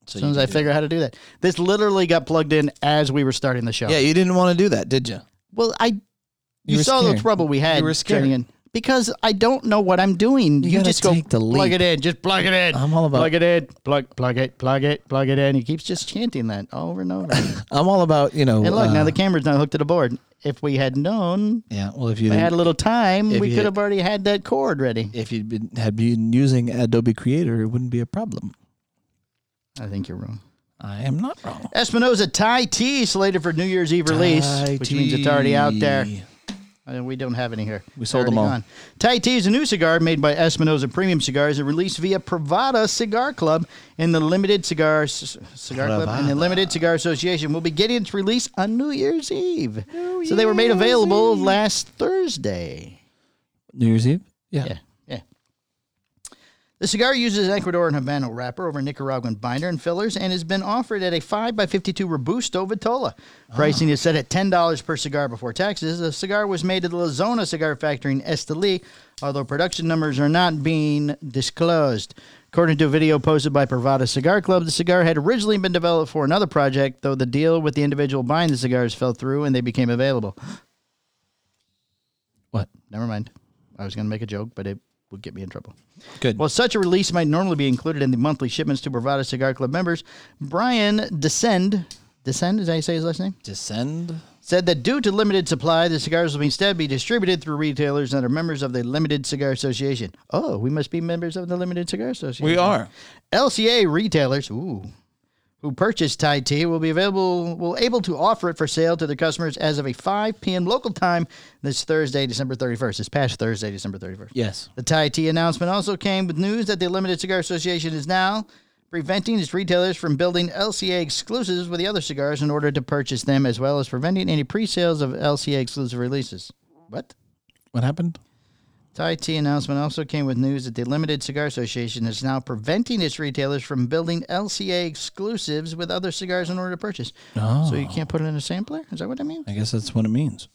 Speaker 2: So
Speaker 1: As soon
Speaker 2: you
Speaker 1: as
Speaker 2: can
Speaker 1: I
Speaker 2: do-
Speaker 1: figure out how to do that, this literally got plugged in as we were starting the show.
Speaker 2: yeah, you didn't want to do that, did you?
Speaker 1: Well, I.
Speaker 2: You
Speaker 1: You,
Speaker 2: were
Speaker 1: saw the
Speaker 2: scared.
Speaker 1: trouble we had.
Speaker 2: You were
Speaker 1: getting
Speaker 2: scared.
Speaker 1: in because I don't know what I'm doing. You,
Speaker 2: gotta
Speaker 1: just go
Speaker 2: take the
Speaker 1: plug
Speaker 2: leap.
Speaker 1: it in. Just plug it in.
Speaker 2: I'm all about-
Speaker 1: plug it in. Plug plug it. Plug it. Plug it in. He keeps just chanting that over and over. and
Speaker 2: I'm all about you know.
Speaker 1: look,
Speaker 2: uh,
Speaker 1: now the camera's not hooked to the board. If we had known,
Speaker 2: yeah. Well, if you
Speaker 1: I had
Speaker 2: had,
Speaker 1: a little time,
Speaker 2: If
Speaker 1: we
Speaker 2: you-
Speaker 1: could have already had that chord ready.
Speaker 2: if you'd been had been using Adobe Creator, it wouldn't be a problem.
Speaker 1: I think you're wrong.
Speaker 2: I am not wrong.
Speaker 1: Espinosa Thai Tea slated for New Year's Eve release,
Speaker 2: Thai
Speaker 1: which means it's already out there.
Speaker 2: tea.
Speaker 1: Uh, we don't have any here.
Speaker 2: We sold
Speaker 1: They're
Speaker 2: them
Speaker 1: already
Speaker 2: all.
Speaker 1: gone. Thai Tea is a new cigar made by Espinosa Premium Cigars and released via Pravada Cigar Club and the Limited Cigars Cigar Club and the
Speaker 2: Pravada.
Speaker 1: Limited Cigar Association will be getting its release on New Year's Eve. so they were made available last Thursday.
Speaker 2: New Year's Eve. Yeah.
Speaker 1: Yeah, yeah. The cigar uses Ecuador and Habano wrapper over Nicaraguan binder and fillers and has been offered at a 5 by 52 Robusto Vitola. Pricing is set at $10 per cigar before taxes. The cigar was made at the La Zona Cigar Factory in Esteli, although production numbers are not being disclosed. According to a video posted by Pravada Cigar Club, the cigar had originally been developed for another project, though the deal with the individual buying the cigars fell through and they became available.
Speaker 2: What?
Speaker 1: Never mind. I was going to make a joke, but it would get me in trouble.
Speaker 2: Good.
Speaker 1: Well, such a release might normally be included in the monthly shipments to Bravada Cigar Club members. Brian Descend, Descend, is that how you say his last name?
Speaker 2: Descend.
Speaker 1: Said that due to limited supply, the cigars will instead be distributed through retailers that are members of the Limited Cigar Association. Oh, we must be members of the Limited Cigar Association.
Speaker 2: We are.
Speaker 1: LCA retailers, ooh, who purchase Thai tea will be available will able to offer it for sale to their customers as of a 5 p.m. local time this Thursday, December 31st. This past Thursday, December 31st.
Speaker 2: Yes.
Speaker 1: The Thai tea announcement also came with news that the Limited Cigar Association is now preventing its retailers from building LCA exclusives with the other cigars in order to purchase them, as well as preventing any pre-sales of LCA exclusive releases. What?
Speaker 2: What happened?
Speaker 1: Thai tea announcement also came with news that the Limited Cigar Association is now preventing its retailers from building LCA exclusives with other cigars in order to purchase.
Speaker 2: Oh.
Speaker 1: So you can't put it in a sampler? Is that what I mean?
Speaker 2: I guess that's what it means.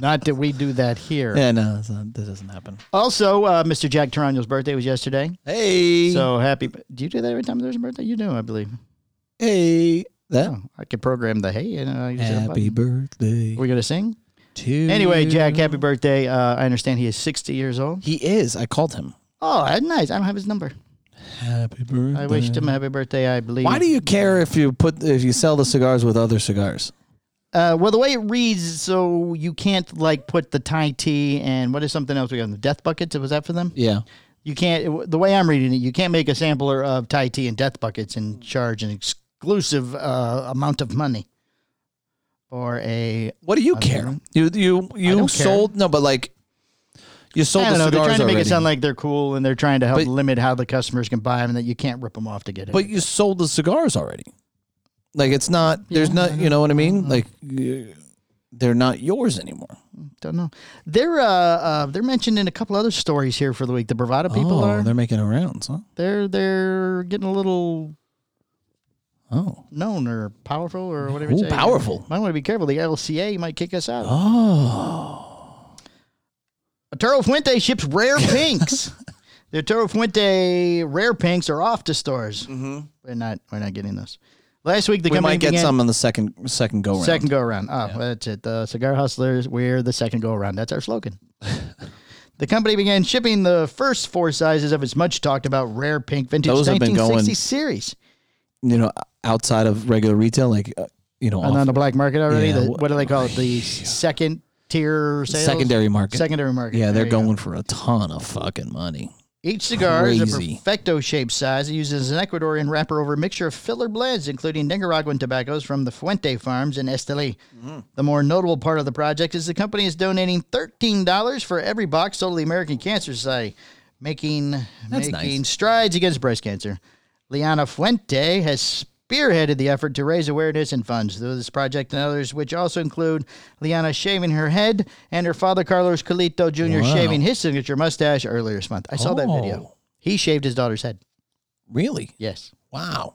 Speaker 1: Not that we do that here.
Speaker 2: Yeah, no, that's not, that doesn't happen.
Speaker 1: Also, uh, Mr. Jack Tarano's birthday was yesterday.
Speaker 2: Hey.
Speaker 1: So happy. Do you do that every time there's a birthday? You do, I believe.
Speaker 2: hey. That.
Speaker 1: Oh, I could program the hey. And, uh, you just hit a
Speaker 2: Happy
Speaker 1: button.
Speaker 2: birthday
Speaker 1: We're going to sing?
Speaker 2: to you.
Speaker 1: Anyway, Jack, happy birthday. Uh, I understand he is 60 years old.
Speaker 2: He is. I called him.
Speaker 1: Oh, that's nice. I don't have his number.
Speaker 2: Happy birthday.
Speaker 1: I wished him a happy birthday, I believe.
Speaker 2: uh, Why do you care if you put if you sell the cigars with other cigars?
Speaker 1: Uh, well, the way it reads, is so you can't like put the Thai tea and what is something else we got? The death buckets. Was that for them?
Speaker 2: Yeah.
Speaker 1: You can't. The way I'm reading it, you can't make a sampler of Thai tea and death buckets and charge an exclusive uh, amount of money or a.
Speaker 2: What do you care? You you you
Speaker 1: don't care.
Speaker 2: sold no, but like you sold
Speaker 1: I don't
Speaker 2: the
Speaker 1: know. They're
Speaker 2: cigars
Speaker 1: trying to make
Speaker 2: already.
Speaker 1: it sound like they're cool and they're trying to help
Speaker 2: But-
Speaker 1: limit how the customers can buy them and that you can't rip them off to get it.
Speaker 2: but you sold the cigars already. Like it's not. There's not. You know what I mean? Like you, they're not yours anymore.
Speaker 1: don't know. They're uh, uh, they're mentioned in a couple other stories here for the week. The Bravada people
Speaker 2: oh,
Speaker 1: are.
Speaker 2: they're making rounds, huh?
Speaker 1: They're they're getting a little
Speaker 2: Oh.
Speaker 1: known or powerful or whatever.
Speaker 2: Ooh,
Speaker 1: it's-
Speaker 2: powerful.
Speaker 1: Might want to be careful. The LCA might kick us out.
Speaker 2: Oh.
Speaker 1: Arturo Fuente ships rare pinks. the Arturo Fuente rare pinks are off to stores. Mm-hmm. We're not. We're not getting those. Last week the
Speaker 2: We
Speaker 1: company
Speaker 2: might get
Speaker 1: began
Speaker 2: some on the second second go round.
Speaker 1: second go around. Oh, that's it. The cigar hustlers. We're the second go around. That's our slogan. the company began shipping the first four sizes of its much talked about rare pink vintage
Speaker 2: Those have been going-
Speaker 1: 1960 series.
Speaker 2: You know, outside of regular retail, like uh, you know,
Speaker 1: And
Speaker 2: off-
Speaker 1: on the black market already.
Speaker 2: Yeah,
Speaker 1: the,
Speaker 2: wh-
Speaker 1: what do they call it? The second tier sales.
Speaker 2: secondary market.
Speaker 1: Secondary market.
Speaker 2: yeah,
Speaker 1: There
Speaker 2: they're
Speaker 1: you go.
Speaker 2: going for a ton of fucking money.
Speaker 1: Each cigar is a
Speaker 2: Crazy.
Speaker 1: perfecto shaped size. It uses an Ecuadorian wrapper over a mixture of filler blends, including Nicaraguan tobaccos from the Fuente Farms in Esteli.
Speaker 2: Mm.
Speaker 1: The more notable part of the project is the company is donating $13 for every box sold to the American Cancer Society, making, making
Speaker 2: That's nice.
Speaker 1: strides against breast cancer. Liana Fuente has spearheaded the effort to raise awareness and funds through this project and others, which also include Liana shaving her head and her father, Carlos Colito Jr.,
Speaker 2: Wow.
Speaker 1: shaving his signature mustache earlier this month. I saw that video.
Speaker 2: Oh.
Speaker 1: He shaved his daughter's head.
Speaker 2: Really?
Speaker 1: Yes.
Speaker 2: Wow.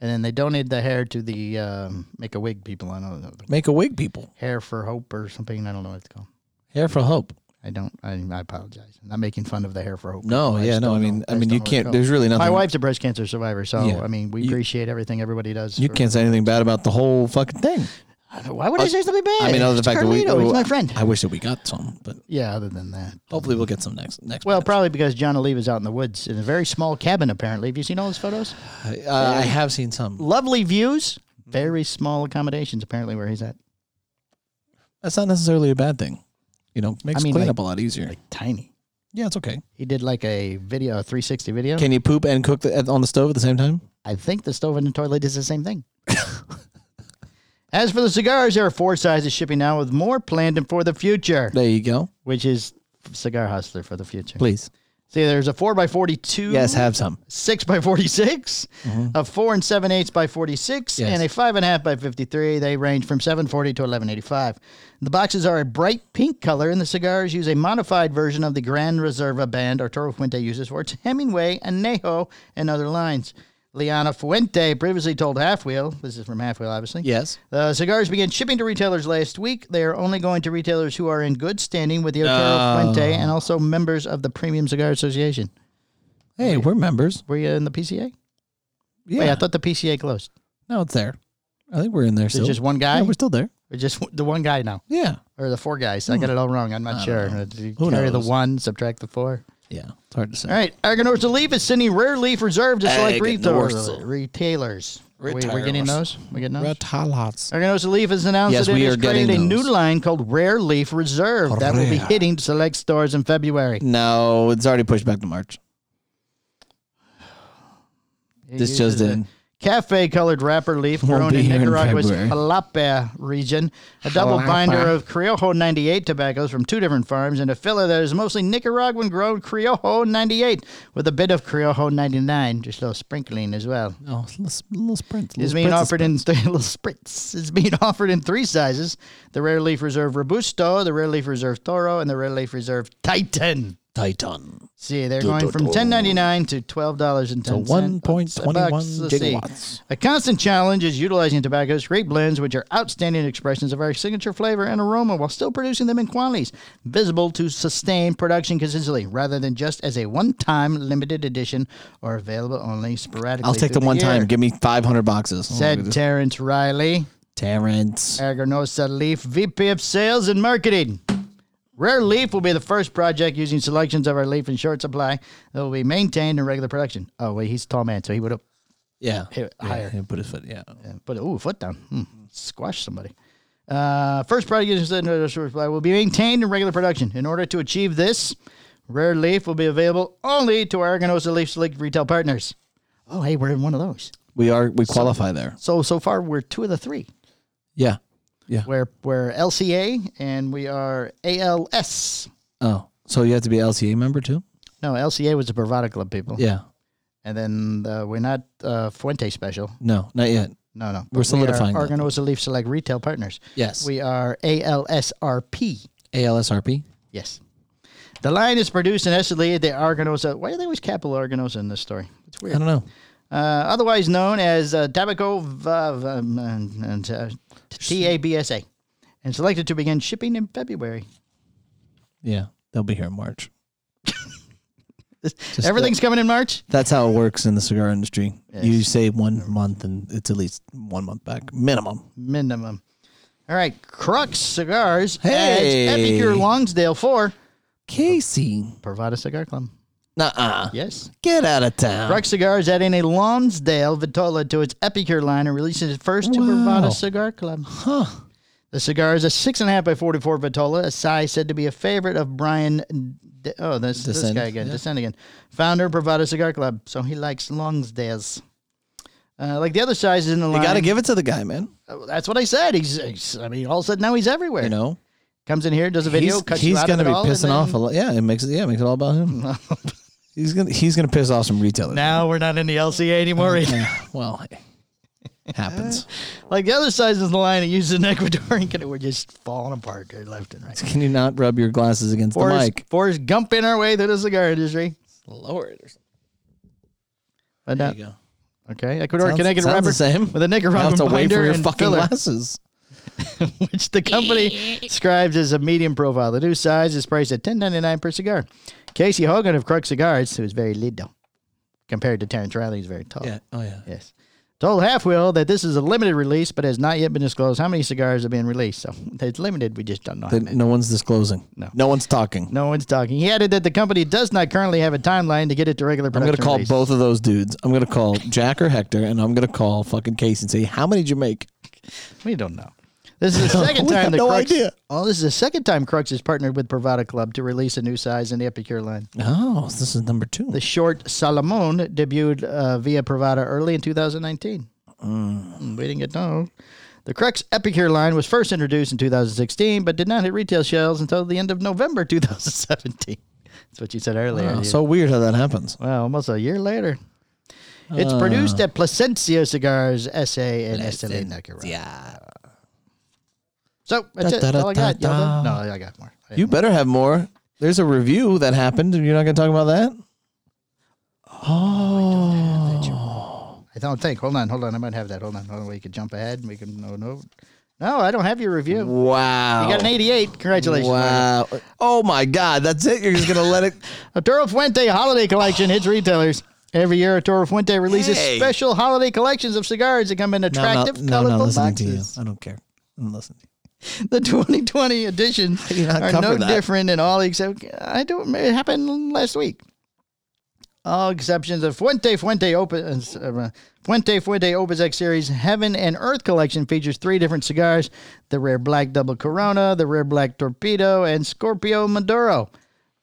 Speaker 1: And then they donated the hair to the um, Make a Wig people. I don't know. the
Speaker 2: Make a wig, people.
Speaker 1: Hair for Hope or something. I don't know what it's called.
Speaker 2: Hair for hope.
Speaker 1: I don't. I, I apologize. I'm not making fun of the hair for hope.
Speaker 2: No,
Speaker 1: I
Speaker 2: yeah,
Speaker 1: just
Speaker 2: no. I
Speaker 1: don't
Speaker 2: mean,
Speaker 1: know.
Speaker 2: I
Speaker 1: just
Speaker 2: mean,
Speaker 1: don't
Speaker 2: you
Speaker 1: know what
Speaker 2: can't.
Speaker 1: it's
Speaker 2: There's really
Speaker 1: called.
Speaker 2: nothing.
Speaker 1: My wife's a breast cancer survivor, so
Speaker 2: Yeah.
Speaker 1: I mean, we
Speaker 2: You-
Speaker 1: appreciate everything everybody does.
Speaker 2: You
Speaker 1: for- Uh,
Speaker 2: can't say anything bad about the whole fucking thing.
Speaker 1: Why would I, say something bad?
Speaker 2: I mean, other than
Speaker 1: It's
Speaker 2: the fact
Speaker 1: Carlito,
Speaker 2: that we, Oh,
Speaker 1: he's my friend.
Speaker 2: I Oh. wish that we got some, but
Speaker 1: yeah. Other than that,
Speaker 2: hopefully we'll get some next next.
Speaker 1: well,
Speaker 2: batch.
Speaker 1: probably because John Oliva's out in the woods in a very small cabin. Apparently, have you seen all his photos?
Speaker 2: uh, I have seen some.
Speaker 1: Lovely views,
Speaker 2: Mm-hmm.
Speaker 1: very small accommodations. Apparently, where he's at,
Speaker 2: That's not necessarily a bad thing. You know, makes
Speaker 1: I mean,
Speaker 2: cleanup a lot easier.
Speaker 1: like tiny.
Speaker 2: yeah, it's okay.
Speaker 1: He did like a video, a 360 video.
Speaker 2: Can you poop and cook the, at- on the stove at the same time?
Speaker 1: I think the stove and the toilet is the same thing. As for the cigars, there are four sizes shipping now with more planned and for the future,
Speaker 2: There you go.
Speaker 1: which is Cigar Hustler for the future.
Speaker 2: Please.
Speaker 1: See, there's a 4x42.
Speaker 2: Yes, have some.
Speaker 1: six by 46 a four and seven eighths by 46
Speaker 2: Yes.
Speaker 1: and a five and a half by 53 they range from 740 to 1185 the boxes are a bright pink color and the cigars use a modified version of the grand reserva band arturo fuente uses for its hemingway anejo and other lines liana fuente previously told half wheel this is from half wheel obviously
Speaker 2: Yes.
Speaker 1: the cigars began shipping to retailers last week. They are only going to retailers who are in good standing with the Otero Fuente and also members of the Premium Cigar Association.
Speaker 2: Hey, we're members.
Speaker 1: Were you in the PCA?
Speaker 2: Yeah.
Speaker 1: Wait, I thought the PCA closed.
Speaker 2: no, it's there. I think we're in there
Speaker 1: There's
Speaker 2: still.
Speaker 1: just one guy.
Speaker 2: yeah, we're still there.
Speaker 1: Or just w- the one guy now,
Speaker 2: Yeah.
Speaker 1: or the four guys. I
Speaker 2: Hmm.
Speaker 1: got it all wrong. I'm not sure. You
Speaker 2: Who
Speaker 1: Carry the
Speaker 2: knows?
Speaker 1: one, subtract the four.
Speaker 2: Yeah. It's hard to say.
Speaker 1: All right, Argonor's the Leaf is sending rare leaf reserve to select
Speaker 2: Argonor's
Speaker 1: retailers.
Speaker 2: Leaf.
Speaker 1: retailers. Are We, we're getting those. We getting those.
Speaker 2: Ratalots.
Speaker 1: Argonor's the Leaf has announced
Speaker 2: Yes,
Speaker 1: that it
Speaker 2: we
Speaker 1: has
Speaker 2: are getting
Speaker 1: created a new
Speaker 2: those.
Speaker 1: line called Rare Leaf Reserve that will be
Speaker 2: Rare.
Speaker 1: hitting select stores in February.
Speaker 2: No, it's already pushed back to March. This just in.
Speaker 1: Cafe colored wrapper leaf
Speaker 2: Won't
Speaker 1: grown
Speaker 2: be
Speaker 1: in
Speaker 2: here in
Speaker 1: Nicaragua's
Speaker 2: February.
Speaker 1: Jalapa region, a double
Speaker 2: Jalapa.
Speaker 1: binder of Criollo 98 tobaccos from two different farms, and a filler that is mostly Nicaraguan grown Criollo 98 with a bit of Criollo 99, just a little sprinkling as well.
Speaker 2: Oh, it's a little, little sprint.
Speaker 1: Is
Speaker 2: little
Speaker 1: being
Speaker 2: spritz of
Speaker 1: offered in three little spritz. It's being offered in three sizes: the Rare Leaf Reserve Robusto, the Rare Leaf Reserve Toro, and the Rare Leaf Reserve Titan.
Speaker 2: Titan.
Speaker 1: See, they're going from
Speaker 2: do.
Speaker 1: ten ninety nine to twelve dollars and ten
Speaker 2: So
Speaker 1: cents.
Speaker 2: 1.21 gigawatts.
Speaker 1: A constant challenge is utilizing tobaccos, great blends, which are outstanding expressions of our signature flavor and aroma, while still producing them in quantities visible to sustain production consistently, rather than just as a one time limited edition or available only sporadically.
Speaker 2: I'll take
Speaker 1: through
Speaker 2: them one time.
Speaker 1: year,
Speaker 2: Give me 500 boxes. Oh, look
Speaker 1: Said
Speaker 2: at this.
Speaker 1: Terrence Riley.
Speaker 2: Terrence.
Speaker 1: Agronosa Leaf, VP of Sales and Marketing. Rare Leaf will be the first project using selections of our leaf in short supply that will be maintained in regular production. Oh, wait, he's a tall man, so he would have
Speaker 2: Yeah.
Speaker 1: Here,
Speaker 2: Yeah,
Speaker 1: higher.
Speaker 2: he Put his foot. Yeah.
Speaker 1: put a ooh, foot down. Hmm. Squash somebody. Uh, first product using selections of our short supply will be maintained in regular production. In order to achieve this, Rare Leaf will be available only to our Argonosa Leaf Select retail partners. Oh, hey, we're in one of those.
Speaker 2: We are. We qualify there.
Speaker 1: So, so far, we're two of the three.
Speaker 2: Yeah. Yeah.
Speaker 1: We're, we're LCA and we are ALS.
Speaker 2: Oh, so you have to be LCA member too?
Speaker 1: No, LCA was the Bravada Club people.
Speaker 2: Yeah.
Speaker 1: And then uh, we're not uh, Fuente special.
Speaker 2: No, not yet.
Speaker 1: No, no.
Speaker 2: We're solidifying
Speaker 1: We are
Speaker 2: that.
Speaker 1: Argonosa Leaf Select Retail Partners.
Speaker 2: Yes.
Speaker 1: We are ALSRP.
Speaker 2: ALSRP.
Speaker 1: Yes. The line is produced and estimated at the Argonosa. Why do they always capital Argonosa in this story? It's
Speaker 2: I
Speaker 1: weird.
Speaker 2: don't know.
Speaker 1: Uh, otherwise known as uh, Tabaco Va- Va- um, and, uh, TABSA. And selected to begin shipping in February.
Speaker 2: Yeah, they'll be here in March. Just
Speaker 1: Everything's coming in March?
Speaker 2: that- that's how it works in the cigar industry. You
Speaker 1: Yes.
Speaker 2: say one month, and it's at least one month back minimum.
Speaker 1: minimum. All right, Crux Cigars
Speaker 2: Hey.
Speaker 1: adds Epicure Longsdale for
Speaker 2: Casey,
Speaker 1: Provada Cigar Uh, Club.
Speaker 2: nah,
Speaker 1: Yes.
Speaker 2: get out of town.
Speaker 1: Crux Cigars adding a Lonsdale Vitola to its Epicure line and releasing it first to
Speaker 2: Wow.
Speaker 1: Provada Cigar Club.
Speaker 2: Huh?
Speaker 1: The cigar is a 6.5 by 44 Vitola, a size said to be a favorite of Brian. D- oh, that's this
Speaker 2: Descend,
Speaker 1: guy again,
Speaker 2: yeah.
Speaker 1: Descend again. Founder of Provada Cigar Club. So he likes Longsdales. Uh, like the other sizes in the
Speaker 2: You
Speaker 1: line.
Speaker 2: got to give it to the guy, man.
Speaker 1: Oh, that's what I said. He's, he's- I mean, all of a sudden now he's everywhere.
Speaker 2: You know,
Speaker 1: Comes in here, does a video,
Speaker 2: he's,
Speaker 1: cuts you
Speaker 2: he's
Speaker 1: out
Speaker 2: gonna
Speaker 1: of it
Speaker 2: be
Speaker 1: all, and
Speaker 2: pissing off
Speaker 1: then-
Speaker 2: a lot. Yeah, it makes it. Yeah, it makes it all about him. he's gonna he's gonna piss off some retailers.
Speaker 1: Now we're not in the LCA
Speaker 2: Uh-huh.
Speaker 1: anymore. either.
Speaker 2: Yeah, well, hey, happens.
Speaker 1: Like the other sides of the line, it uses an Ecuadorian, and we're just falling apart dude, left and right.
Speaker 2: Can you not rub your glasses against the
Speaker 1: Forrest,
Speaker 2: mic?
Speaker 1: Forrest Gump in our way through the cigar industry.
Speaker 2: Lower it or something.
Speaker 1: But
Speaker 2: There
Speaker 1: not-
Speaker 2: you go.
Speaker 1: okay, Ecuador
Speaker 2: Sounds-
Speaker 1: Connecticut
Speaker 2: sounds
Speaker 1: wrapper
Speaker 2: the same.
Speaker 1: with a
Speaker 2: You have
Speaker 1: Nicaraguan
Speaker 2: to wait for
Speaker 1: binder
Speaker 2: your
Speaker 1: and
Speaker 2: fucking
Speaker 1: filler,
Speaker 2: glasses.
Speaker 1: which the company describes as a medium profile. The new size is priced at ten ninety nine per cigar. Casey Hogan of Crux Cigars, who is very little compared to Terrence Riley, who's very tall.
Speaker 2: Yeah. Oh yeah.
Speaker 1: Yes. Told Half Wheel that this is a limited release, but has not yet been disclosed how many cigars have been released. So it's limited. We just don't know. how
Speaker 2: That
Speaker 1: many.
Speaker 2: no one's disclosing.
Speaker 1: No.
Speaker 2: one's talking.
Speaker 1: No one's talking. He added that the company does not currently have a timeline to get it to regular
Speaker 2: I'm
Speaker 1: production.
Speaker 2: gonna call
Speaker 1: release.
Speaker 2: both of those dudes. I'm gonna call Jack or Hector, and I'm gonna call fucking Case and say, "How many did you make?"
Speaker 1: We don't know. This is the second
Speaker 2: We
Speaker 1: time
Speaker 2: have
Speaker 1: the
Speaker 2: no
Speaker 1: Crux.
Speaker 2: idea.
Speaker 1: Oh, this is the second time Crux has partnered with Pravada Club to release a new size in the Epicure line.
Speaker 2: Oh, so this is number two.
Speaker 1: The short Salomon debuted uh, via Pravada early in 2019. Mm, We didn't get known. The Crux Epicure line was first introduced in 2016, but did not hit retail shelves until the end of November 2017. That's what you said earlier.
Speaker 2: Oh,
Speaker 1: You-
Speaker 2: so weird how that happens.
Speaker 1: Wow, almost a year later. It's
Speaker 2: Uh.
Speaker 1: produced at Placencia Cigars, SA, and Esteli Nicaragua.
Speaker 2: Yeah.
Speaker 1: So that's
Speaker 2: Da,
Speaker 1: it.
Speaker 2: da,
Speaker 1: That's
Speaker 2: da,
Speaker 1: all I got.
Speaker 2: da,
Speaker 1: Y'all done?
Speaker 2: da.
Speaker 1: No, I got more. I
Speaker 2: You
Speaker 1: didn't-
Speaker 2: better have more. There's a review that happened, and you're not gonna talk about that. Oh.
Speaker 1: I don't think. Hold on, hold on. I might have that. Hold on. Hold on. We could jump ahead. and We can. No, no. No, I don't have your review.
Speaker 2: Oh, Wow.
Speaker 1: You got an 88. Congratulations. Mario.
Speaker 2: Wow. Oh my God. That's it. You're just going to let it.
Speaker 1: A Toro Fuente holiday collection hits retailers. Every year, Toro Fuente releases
Speaker 2: Hey.
Speaker 1: special holiday collections of cigars that come in attractive,
Speaker 2: no,
Speaker 1: colorful
Speaker 2: no, listening to you.
Speaker 1: boxes.
Speaker 2: I don't care. I'm listening to you.
Speaker 1: The 2020 editions
Speaker 2: you not
Speaker 1: are
Speaker 2: cover
Speaker 1: no
Speaker 2: that?
Speaker 1: different in all except I don't. It happened last week. All exceptions of Fuente Fuente Opus uh, Fuente Fuente Opus X series Heaven and Earth collection features three different cigars: the rare black double Corona, the rare black Torpedo, and Scorpio Maduro.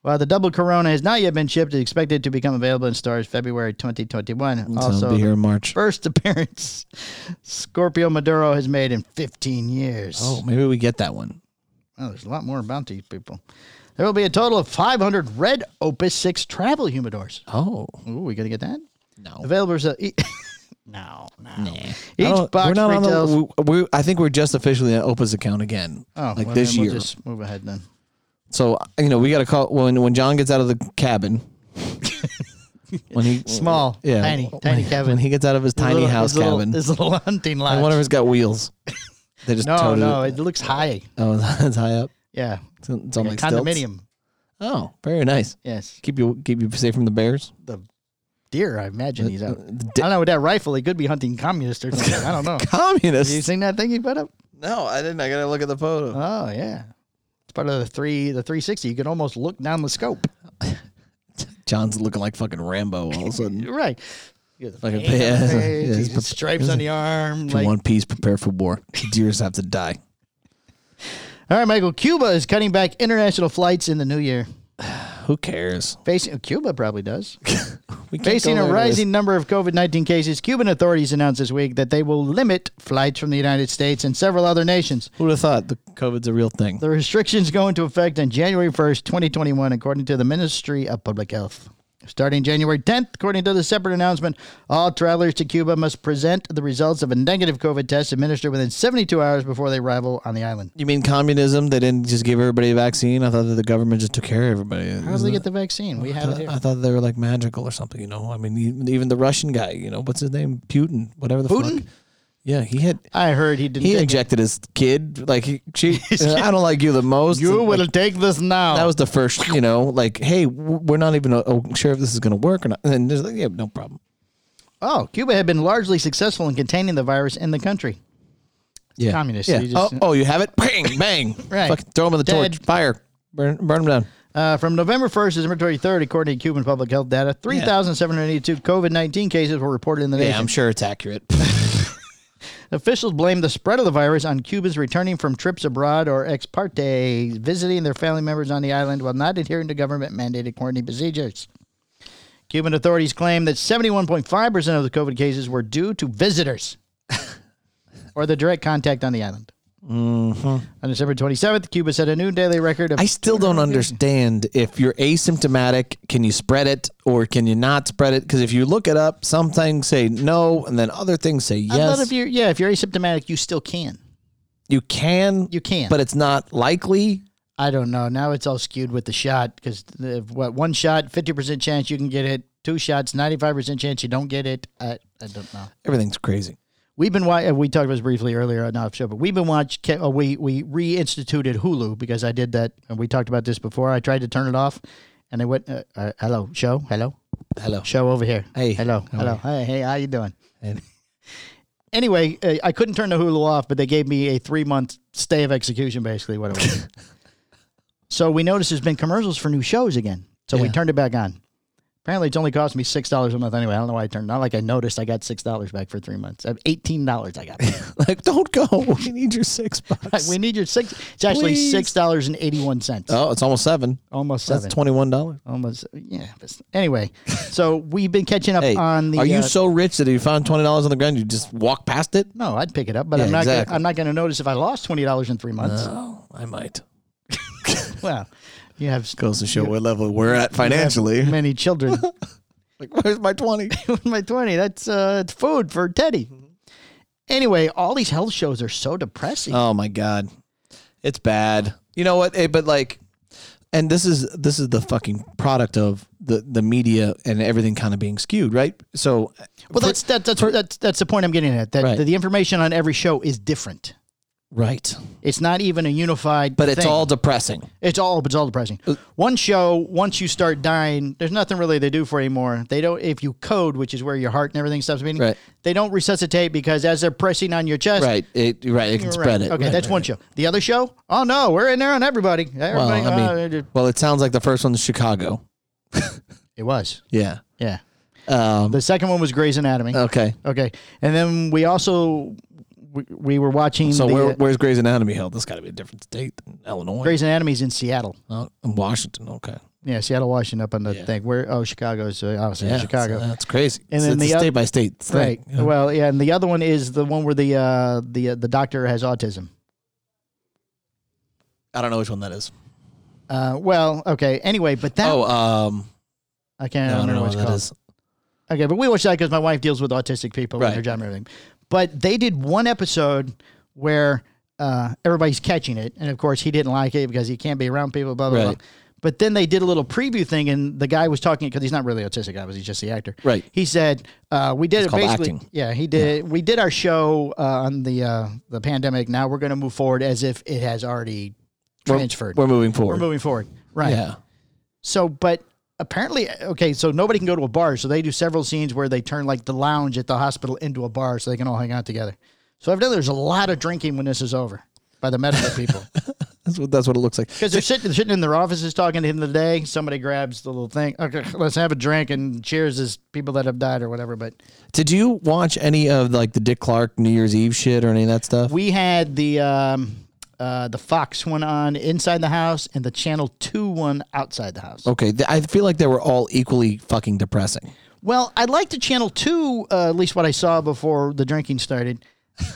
Speaker 1: While the double Corona has not yet been shipped, it's expected to become available in stores February 2021.
Speaker 2: So
Speaker 1: also,
Speaker 2: it'll be
Speaker 1: the
Speaker 2: here in March.
Speaker 1: first appearance Scorpio Maduro has made in 15 years.
Speaker 2: Oh, maybe we get that one.
Speaker 1: Oh, there's a lot more about these people. There will be a total of 500 red Opus 6 travel humidors.
Speaker 2: Oh
Speaker 1: Ooh, we got to get that?
Speaker 2: no.
Speaker 1: Available as a. E- no, no.
Speaker 2: I
Speaker 1: Each
Speaker 2: don't-
Speaker 1: box retails.
Speaker 2: on the, we, we, I think we're just officially at Opa's account again,
Speaker 1: oh,
Speaker 2: like
Speaker 1: well,
Speaker 2: this
Speaker 1: then
Speaker 2: year.
Speaker 1: We'll just move ahead then.
Speaker 2: So you know, we got to call when when John gets out of the cabin. when he
Speaker 1: Small,
Speaker 2: yeah,
Speaker 1: tiny, tiny
Speaker 2: when,
Speaker 1: cabin.
Speaker 2: When he gets out of his tiny
Speaker 1: little-
Speaker 2: house
Speaker 1: his little-
Speaker 2: cabin,
Speaker 1: his little hunting
Speaker 2: I
Speaker 1: lodge.
Speaker 2: wonder if it's got wheels. They just
Speaker 1: no,
Speaker 2: towed
Speaker 1: no,
Speaker 2: It.
Speaker 1: it looks high.
Speaker 2: Oh, it's high up.
Speaker 1: Yeah,
Speaker 2: It's, it's on
Speaker 1: like
Speaker 2: like
Speaker 1: a
Speaker 2: stilts.
Speaker 1: condominium.
Speaker 2: Oh, very nice.
Speaker 1: Yes,
Speaker 2: Keep you keep you safe from the bears.
Speaker 1: the deer. I imagine he's out.
Speaker 2: The
Speaker 1: I don't know with that rifle. He could be hunting communists or something. I don't know. Have you
Speaker 2: Communists.
Speaker 1: seen that thing he put up?
Speaker 2: No, I didn't. I gotta look at the photo.
Speaker 1: Oh yeah, it's part of the three the three sixty. You can almost look down the scope.
Speaker 2: John's looking like fucking Rambo all of a sudden.
Speaker 1: You're right. You got the
Speaker 2: Like a-
Speaker 1: paint on the
Speaker 2: yeah,
Speaker 1: face,
Speaker 2: yeah,
Speaker 1: you
Speaker 2: it's
Speaker 1: got
Speaker 2: prep-
Speaker 1: stripes on the arm.
Speaker 2: In
Speaker 1: Like, all
Speaker 2: one piece, prepare for war. Deers have to die.
Speaker 1: right, Michael. Cuba is cutting back international flights in the new year.
Speaker 2: Who cares?
Speaker 1: Facing Cuba probably does.
Speaker 2: We can't
Speaker 1: Facing
Speaker 2: go
Speaker 1: a
Speaker 2: there to this.
Speaker 1: rising number of COVID 19 cases, Cuban authorities announced this week that they will limit flights from the United States and several other nations.
Speaker 2: Who would have thought the COVID's a real thing?
Speaker 1: The restrictions go into effect on January 1st, 2021, according to the Ministry of Public Health. Starting January 10th, according to the separate announcement, all travelers to Cuba must present the results of a negative COVID test administered within 72 hours before they arrival on the island.
Speaker 2: You mean communism? They didn't just give everybody a vaccine. I thought that the government just took care of everybody.
Speaker 1: How did they get the vaccine? We have it here.
Speaker 2: I thought they were like magical or something. You know, I mean, even, even the Russian guy. You know, what's his name? Putin. Whatever the
Speaker 1: Putin?
Speaker 2: fuck. Yeah, he had.
Speaker 1: I heard he didn't.
Speaker 2: He
Speaker 1: take it.
Speaker 2: injected his kid. Like he, she, I don't like you the most.
Speaker 1: you
Speaker 2: Like,
Speaker 1: will take this now.
Speaker 2: that was the first, you know, like, hey, w- we're not even uh, oh, sure if this is going to work or not. And there's like, yeah, no problem.
Speaker 1: Oh, Cuba had been largely successful in containing the virus in the country.
Speaker 2: Yeah.
Speaker 1: Communists,
Speaker 2: Yeah.
Speaker 1: you just-
Speaker 2: oh, oh, you have it? Bang, bang.
Speaker 1: Right.
Speaker 2: Fucking throw him in the
Speaker 1: Dead.
Speaker 2: torch. Fire. Burn, burn him down.
Speaker 1: Uh, from November 1st to December 23rd, according to Cuban public health data, 3,782 COVID 19 cases were reported in the
Speaker 2: Yeah,
Speaker 1: nation.
Speaker 2: I'm sure it's accurate.
Speaker 1: Officials blame the spread of the virus on Cubans returning from trips abroad or ex parte, visiting their family members on the island while not adhering to government mandated quarantine procedures. Cuban authorities claim that 71.5% of the COVID cases were due to visitors or the direct contact on the island. On December 27th, Cuba set a new daily record of
Speaker 2: Mm-hmm. I still don't understand if you're asymptomatic, can you spread it or can you not spread it? Because if you look it up, some things say no, and then other things say
Speaker 1: I thought
Speaker 2: yes.
Speaker 1: if you're yeah, if you're asymptomatic, you still can.
Speaker 2: you can,
Speaker 1: You can.
Speaker 2: but it's not likely.
Speaker 1: I don't know. Now it's all skewed with the shot because what one shot, fifty percent chance you can get it. Two shots, ninety five percent chance you don't get it. I, I don't know.
Speaker 2: Everything's crazy.
Speaker 1: We've been wa- uh, we talked about this briefly earlier on off show, but we've been watch. ca- Uh, we we reinstituted Hulu because I did that, and we talked about this before. I tried to turn it off, and it went. Uh, uh, hello, show. Hello,
Speaker 2: Hello.
Speaker 1: show over here.
Speaker 2: Hey,
Speaker 1: hello,
Speaker 2: how
Speaker 1: hello. Hey, hey, how you doing?
Speaker 2: And
Speaker 1: Anyway, uh, I couldn't turn the Hulu off, but they gave me a three month stay of execution, basically what it was. so we noticed there's been commercials for new shows again, so we
Speaker 2: Yeah.
Speaker 1: turned it back on. Apparently, it's only cost me six dollars a month anyway. I don't know why I turned. it Not like I noticed. I got six dollars back for three months. I have Eighteen dollars I got.
Speaker 2: like, don't go. We need your six bucks.
Speaker 1: we need your six. It's actually
Speaker 2: Please.
Speaker 1: six dollars and eighty one cents.
Speaker 2: oh, it's almost seven.
Speaker 1: almost
Speaker 2: That's
Speaker 1: seven.
Speaker 2: twenty-one dollars.
Speaker 1: almost yeah. but s- Anyway, so we've been catching up
Speaker 2: Hey,
Speaker 1: on the.
Speaker 2: are you
Speaker 1: uh,
Speaker 2: so rich that if you found twenty dollars on the ground, you just walk past it?
Speaker 1: no, I'd pick it up, but
Speaker 2: Yeah,
Speaker 1: I'm not.
Speaker 2: exactly.
Speaker 1: Gonna, I'm not going to notice if I lost twenty dollars in three months.
Speaker 2: Oh, I might.
Speaker 1: well, you have
Speaker 2: Goes to show what level we're at financially.
Speaker 1: many children.
Speaker 2: like, where's my twenty?
Speaker 1: My twenty. That's uh, it's food for Teddy. Anyway, all these health shows are so depressing.
Speaker 2: Oh my god, it's bad. You know what? Eh, but like, and this is this is the fucking product of the the media and everything kind of being skewed, right? So,
Speaker 1: well, that's that, that's that's that's the point I'm getting at. That
Speaker 2: Right.
Speaker 1: the, the information on every show is different.
Speaker 2: right,
Speaker 1: It's not even a unified.
Speaker 2: but it's
Speaker 1: thing.
Speaker 2: all Uh, depressing.
Speaker 1: It's all it's all depressing. One show, once you start dying, there's nothing really they do for you anymore. They don't if you code, which is where your heart and everything stops beating.
Speaker 2: Right.
Speaker 1: They don't resuscitate because as they're pressing on your chest.
Speaker 2: Right, it right, it can
Speaker 1: Right.
Speaker 2: spread it.
Speaker 1: Okay,
Speaker 2: Right,
Speaker 1: that's
Speaker 2: right,
Speaker 1: one show. The other show? Oh no, we're in there on everybody.
Speaker 2: right. Well,
Speaker 1: Everybody.
Speaker 2: I
Speaker 1: uh,
Speaker 2: mean, well, it sounds like the first one's Chicago.
Speaker 1: it was.
Speaker 2: Yeah.
Speaker 1: Yeah.
Speaker 2: Um,
Speaker 1: The second one was Grey's Anatomy.
Speaker 2: okay.
Speaker 1: okay, and then we also we, we were watching.
Speaker 2: So
Speaker 1: the,
Speaker 2: where,
Speaker 1: uh,
Speaker 2: where's Grey's Anatomy held? That's got to be a different state than Illinois.
Speaker 1: Grey's Anatomy's in Seattle.
Speaker 2: Oh, in Washington. Okay.
Speaker 1: yeah, Seattle, Washington up on the
Speaker 2: Yeah.
Speaker 1: thing. Where oh Chicago is uh, obviously
Speaker 2: Yeah,
Speaker 1: Chicago.
Speaker 2: so that's crazy.
Speaker 1: And
Speaker 2: And
Speaker 1: then
Speaker 2: then
Speaker 1: the
Speaker 2: it's a
Speaker 1: oth-
Speaker 2: state by state thing.
Speaker 1: Right.
Speaker 2: you know?
Speaker 1: Well, yeah, and the other one is the one where the uh, the uh, the doctor has autism.
Speaker 2: I don't know which one that is.
Speaker 1: Uh, well, okay. Anyway, but that
Speaker 2: oh, um,
Speaker 1: I can't
Speaker 2: no, I don't
Speaker 1: remember
Speaker 2: know
Speaker 1: what it's
Speaker 2: what that
Speaker 1: called.
Speaker 2: is.
Speaker 1: Okay, but we watch that because my wife deals with autistic people and
Speaker 2: Right.
Speaker 1: their job and everything. But they did one episode where uh, everybody's catching it, and of course he didn't like it because he can't be around people. Blah blah
Speaker 2: Right.
Speaker 1: blah. But then they did a little preview thing, and the guy was talking because he's not really autistic, obviously, he's just the actor.
Speaker 2: Right.
Speaker 1: He said, uh, "We did
Speaker 2: It's
Speaker 1: it
Speaker 2: called
Speaker 1: basically.
Speaker 2: acting.
Speaker 1: Yeah, he did. We did our show uh, on the uh, the pandemic. Now we're going to move forward as if it has already transferred.
Speaker 2: We're moving forward.
Speaker 1: We're moving forward, right?
Speaker 2: Yeah.
Speaker 1: So, but apparently, okay, so nobody can go to a bar. So they do several scenes where they turn like the lounge at the hospital into a bar so they can all hang out together. So evidently, there's a lot of drinking when this is over by the medical people
Speaker 2: That's what, that's what it looks like.
Speaker 1: because they're sitting, they're sitting in their offices talking to him the day. Somebody grabs the little thing. Okay, let's have a drink and cheers as people that have died or whatever. But
Speaker 2: Did you watch any of like the Dick Clark New Year's Eve shit or any of that stuff?
Speaker 1: we had the um, uh, the Fox one on inside the house and the Channel Two one outside the house.
Speaker 2: okay. th- I feel like they were all equally fucking depressing.
Speaker 1: Well, I liked the Channel Two, uh, at least what I saw before the drinking started.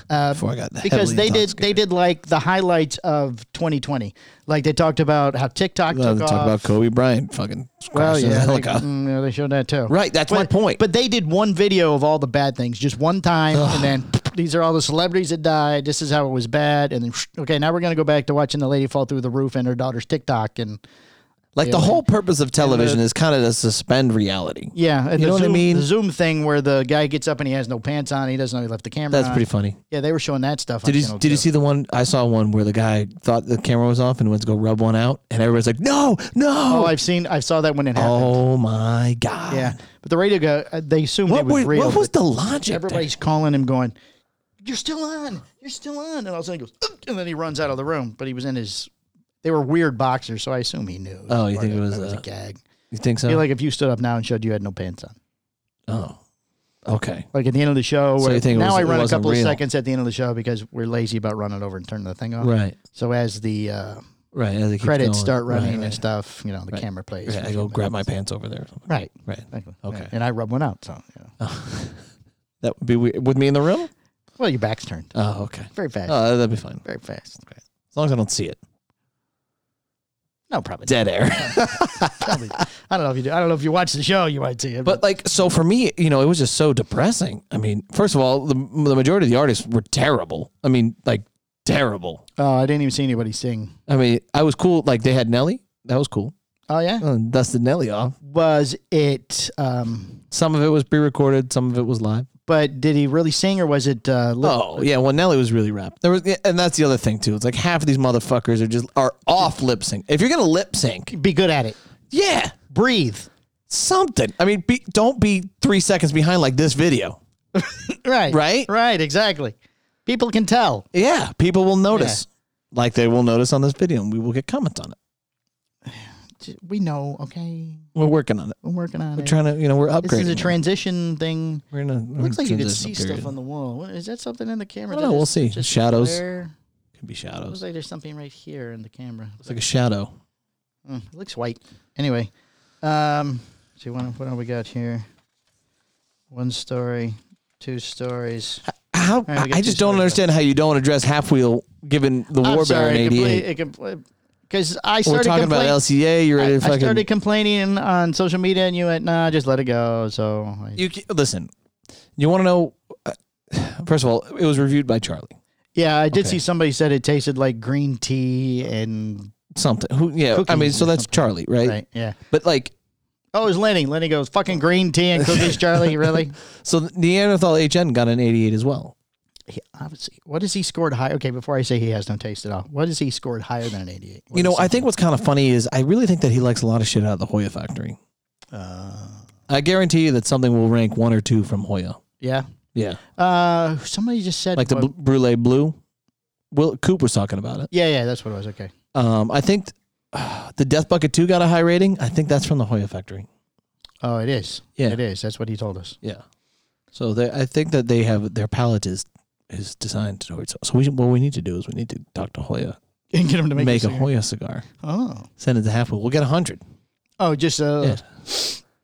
Speaker 2: Before I got
Speaker 1: Uh, because
Speaker 2: heavily
Speaker 1: they did
Speaker 2: intoxicated.
Speaker 1: they did like the highlights of 2020. Like they talked about how TikTok
Speaker 2: Well,
Speaker 1: took
Speaker 2: they
Speaker 1: off.
Speaker 2: talk about Kobe Bryant fucking
Speaker 1: well,
Speaker 2: crashing
Speaker 1: yeah,
Speaker 2: his
Speaker 1: they,
Speaker 2: helicopter.
Speaker 1: mm, yeah, they showed that too.
Speaker 2: Right, that's my
Speaker 1: But-
Speaker 2: point.
Speaker 1: But they did one video of all the bad things, just one time, and then these are all the celebrities that died. This is how it was bad, and then okay, now we're gonna go back to watching the lady fall through the roof and her daughter's TikTok, and
Speaker 2: like the whole purpose of television is kind of to suspend reality.
Speaker 1: yeah, and
Speaker 2: You
Speaker 1: the
Speaker 2: know what I
Speaker 1: Zoom-
Speaker 2: mean?
Speaker 1: The Zoom thing where the guy gets up and he has no pants on, he doesn't know he left the camera.
Speaker 2: That's
Speaker 1: on.
Speaker 2: pretty funny.
Speaker 1: Yeah, they were showing that stuff.
Speaker 2: Did
Speaker 1: on
Speaker 2: you
Speaker 1: Channel
Speaker 2: did you
Speaker 1: two.
Speaker 2: see the one? I saw one where the guy thought the camera was off and went to go rub one out, and everybody's like, "No,
Speaker 1: Oh,
Speaker 2: no!"
Speaker 1: I've seen. I saw that when it happened.
Speaker 2: Oh, my god!
Speaker 1: Yeah, but the radio guy, uh, they assumed
Speaker 2: What
Speaker 1: it was
Speaker 2: was,
Speaker 1: real.
Speaker 2: what was
Speaker 1: but
Speaker 2: the logic?
Speaker 1: everybody's calling him, going, "You're still on, you're still on," and all of a sudden he goes, "Ugh," and then he runs out of the room. But he was in his. They were weird boxers, so I assume he knew.
Speaker 2: Oh, you
Speaker 1: Part
Speaker 2: think
Speaker 1: of
Speaker 2: it was,
Speaker 1: that was a
Speaker 2: uh,
Speaker 1: gag?
Speaker 2: You think
Speaker 1: I
Speaker 2: so?
Speaker 1: feel like if you stood up now and showed you had no pants on,
Speaker 2: oh, okay.
Speaker 1: like at the end of the show,
Speaker 2: So
Speaker 1: where-
Speaker 2: you think it
Speaker 1: now
Speaker 2: was-
Speaker 1: I
Speaker 2: it
Speaker 1: run a
Speaker 2: wasn't
Speaker 1: couple of
Speaker 2: real.
Speaker 1: seconds at the end of the show because we're lazy about running over and turning the thing off.
Speaker 2: Right,
Speaker 1: So as the uh,
Speaker 2: right. As it keeps
Speaker 1: Oh. credits
Speaker 2: going.
Speaker 1: start
Speaker 2: Right,
Speaker 1: running
Speaker 2: right.
Speaker 1: and stuff, you know, the camera plays.
Speaker 2: Yeah,
Speaker 1: for a
Speaker 2: I
Speaker 1: few
Speaker 2: go grab my
Speaker 1: minutes.
Speaker 2: pants over there.
Speaker 1: Right.
Speaker 2: Right.
Speaker 1: Exactly.
Speaker 2: Okay.
Speaker 1: And I rub one out. So, you know.
Speaker 2: That would be weird. with me in the room.
Speaker 1: well, your back's turned
Speaker 2: Oh, okay.
Speaker 1: very fast.
Speaker 2: Oh, that'd be fine.
Speaker 1: very fast.
Speaker 2: As long as I don't see it.
Speaker 1: No, probably.
Speaker 2: Dead air.
Speaker 1: probably. I don't know if you do. I don't know if you watch the show, you might see it.
Speaker 2: But like, so for me, you know, it was just so depressing. I mean, first of all, the, the majority of the artists were terrible. I mean, like terrible.
Speaker 1: oh, I didn't even see anybody sing.
Speaker 2: I mean, I was cool. Like they had Nelly. That was cool.
Speaker 1: Oh yeah,
Speaker 2: Uh, dusted Nelly off.
Speaker 1: was it? Um,
Speaker 2: Some of it was pre-recorded. Some of it was live.
Speaker 1: but did he really sing or was it? Uh, lip-
Speaker 2: Oh yeah, well Nelly was really rap. There was, yeah, and that's the other thing too. It's like half of these motherfuckers are just are off lip sync. If you're gonna lip sync,
Speaker 1: be good at it.
Speaker 2: yeah,
Speaker 1: Breathe.
Speaker 2: something. I mean, be, don't be three seconds behind like this video.
Speaker 1: Right.
Speaker 2: Right?
Speaker 1: Right. Exactly. People can tell.
Speaker 2: Yeah, people will notice, like they will notice on this video, and we will get comments on it.
Speaker 1: We know. Okay.
Speaker 2: We're working on it.
Speaker 1: We're working on
Speaker 2: We're
Speaker 1: it.
Speaker 2: trying to, you know, we're upgrading.
Speaker 1: this is a
Speaker 2: it.
Speaker 1: transition thing.
Speaker 2: We're in a, we're
Speaker 1: Looks
Speaker 2: in a
Speaker 1: like you could see
Speaker 2: transitional period.
Speaker 1: stuff on the wall. What, is that something in the camera?
Speaker 2: I don't know,
Speaker 1: That
Speaker 2: we'll
Speaker 1: is
Speaker 2: see.
Speaker 1: just
Speaker 2: Shadows.
Speaker 1: there?
Speaker 2: Could be
Speaker 1: Looks
Speaker 2: shadows.
Speaker 1: like there's something right here in the camera.
Speaker 2: It's like a shadow.
Speaker 1: Mm, it looks white. Anyway, um, see what what have we got here? One story, two stories.
Speaker 2: How
Speaker 1: right, we got
Speaker 2: I
Speaker 1: two
Speaker 2: just don't
Speaker 1: stories
Speaker 2: understand how you don't address half wheel given the
Speaker 1: I'm
Speaker 2: war bear in
Speaker 1: sorry, it
Speaker 2: '88.
Speaker 1: because I
Speaker 2: We're
Speaker 1: started
Speaker 2: talking about
Speaker 1: complaining.
Speaker 2: LCA. You're ready
Speaker 1: I,
Speaker 2: to fucking.
Speaker 1: started complaining on social media, and you went, "Nah, just let it go." So I,
Speaker 2: you ca- listen. You want to know? Uh, first of all, it was reviewed by Charlie.
Speaker 1: yeah, I did
Speaker 2: okay.
Speaker 1: see somebody said it tasted like green tea and
Speaker 2: Something. Who? Yeah. I mean,
Speaker 1: Cookies or
Speaker 2: so that's Charlie, right?
Speaker 1: right, yeah.
Speaker 2: But like,
Speaker 1: Oh, it was Lenny. Lenny goes, "Fucking green tea and cookies, Charlie." Really?
Speaker 2: so Neanderthal HN got an 88 as well.
Speaker 1: He, obviously, what has he scored high? Okay, before I say he has no taste at all, what has he scored higher than an eighty-eight?
Speaker 2: you know, I think what's kind of funny is I really think that he likes a lot of shit out of the Hoya factory. I guarantee you that something will rank one or two from Hoya.
Speaker 1: yeah.
Speaker 2: Yeah,
Speaker 1: Uh, somebody just said
Speaker 2: like the
Speaker 1: what-
Speaker 2: bl- Brulee Blue. Will Coop was talking about it.
Speaker 1: yeah, yeah, that's what it was. Okay,
Speaker 2: Um, I think uh, the Death Bucket Two got a high rating. I think that's from the Hoya factory.
Speaker 1: oh, it is.
Speaker 2: Yeah.
Speaker 1: it is. That's what he told us.
Speaker 2: Yeah. So they, I think that they have their palette is is designed towards. So we, what we need to do is we need to talk to Hoya,
Speaker 1: And get him to
Speaker 2: make,
Speaker 1: make,
Speaker 2: a
Speaker 1: cigar.
Speaker 2: Hoya cigar,
Speaker 1: Oh,
Speaker 2: send it to halfway. We'll get a hundred.
Speaker 1: Oh, just a
Speaker 2: Yeah.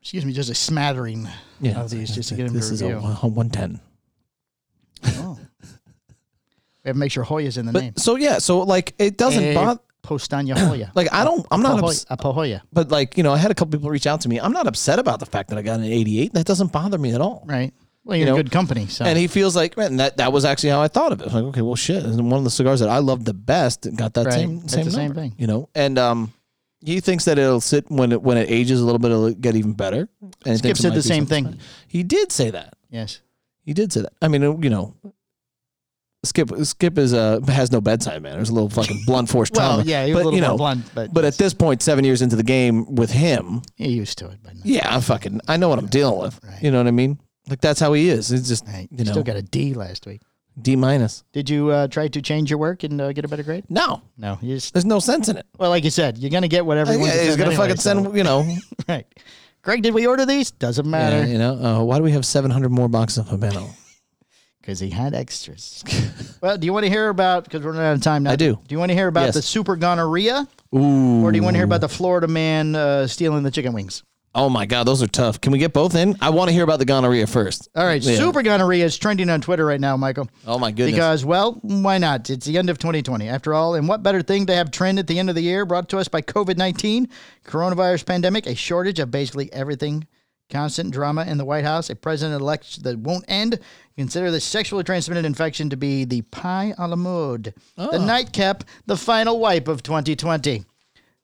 Speaker 1: excuse me, just a smattering.
Speaker 2: Yeah,
Speaker 1: of these just to
Speaker 2: I
Speaker 1: get
Speaker 2: think
Speaker 1: them to
Speaker 2: This is a
Speaker 1: review.
Speaker 2: one- 110.
Speaker 1: Oh. We have to make sure Hoya's in the name.
Speaker 2: But so yeah, so like it doesn't
Speaker 1: Eh,
Speaker 2: bother.
Speaker 1: Postanya Hoya.
Speaker 2: Like I don't, I'm not,
Speaker 1: Ahoy-
Speaker 2: ups-
Speaker 1: Apahoya.
Speaker 2: but like you know, I had a couple people reach out to me. I'm not upset about the fact that I got an 88. That doesn't bother me at all.
Speaker 1: Right. Well, you're in
Speaker 2: know,
Speaker 1: good company. So
Speaker 2: And he feels like man, that that was actually how I thought of it. I was like, okay, well, shit. And one of the cigars that I loved the best got that
Speaker 1: Right.
Speaker 2: same
Speaker 1: That's
Speaker 2: same,
Speaker 1: the same
Speaker 2: number,
Speaker 1: thing.
Speaker 2: you know. And um, he thinks that it'll sit when it when it ages a little bit, it'll get even better. And he
Speaker 1: Skip
Speaker 2: thinks it
Speaker 1: said
Speaker 2: might
Speaker 1: the
Speaker 2: be
Speaker 1: same
Speaker 2: something
Speaker 1: thing.
Speaker 2: special. He did say that.
Speaker 1: yes.
Speaker 2: He did say that. I mean, uh, you know, Skip Skip is uh has no bedside manners. A little fucking blunt force trauma.
Speaker 1: Well, yeah, you're
Speaker 2: but
Speaker 1: a little
Speaker 2: you know,
Speaker 1: more blunt, but
Speaker 2: but at this point, seven years into the game with him,
Speaker 1: you're used to it. But no.
Speaker 2: yeah, I fucking I know what I'm dealing with.
Speaker 1: Right.
Speaker 2: You know what I mean? Like that's how he is. It's just
Speaker 1: Right.
Speaker 2: you know
Speaker 1: Still got a D last week.
Speaker 2: D minus.
Speaker 1: Did you uh, try to change your work and uh, get a better grade?
Speaker 2: No,
Speaker 1: No. You just,
Speaker 2: there's no sense in it.
Speaker 1: well, like you said, you're gonna get whatever.
Speaker 2: yeah, he's gonna fucking send you know.
Speaker 1: Right. Greg, did we order these? Doesn't
Speaker 2: yeah,
Speaker 1: matter
Speaker 2: you know. Uh, why do we have 700 more boxes of Habano?
Speaker 1: because he had extras. well, do you want to hear about? Because we're running out of time now.
Speaker 2: I do.
Speaker 1: Do you want to hear about
Speaker 2: Yes.
Speaker 1: the super gonorrhea,
Speaker 2: Ooh.
Speaker 1: or do you want to hear about the Florida man uh, stealing the chicken wings?
Speaker 2: Oh my God, those are tough. Can we get both in? I want to hear about the gonorrhea first.
Speaker 1: All right,
Speaker 2: Yeah.
Speaker 1: super gonorrhea is trending on Twitter right now, Michael.
Speaker 2: Oh my goodness.
Speaker 1: Because, well, why not? It's the end of 2020, after all. And what better thing to have trend at the end of the year brought to us by COVID 19, coronavirus pandemic, a shortage of basically everything, constant drama in the White House, a president elect that won't end. Consider the sexually transmitted infection to be the pie a la mode, the nightcap, the final wipe of 2020. If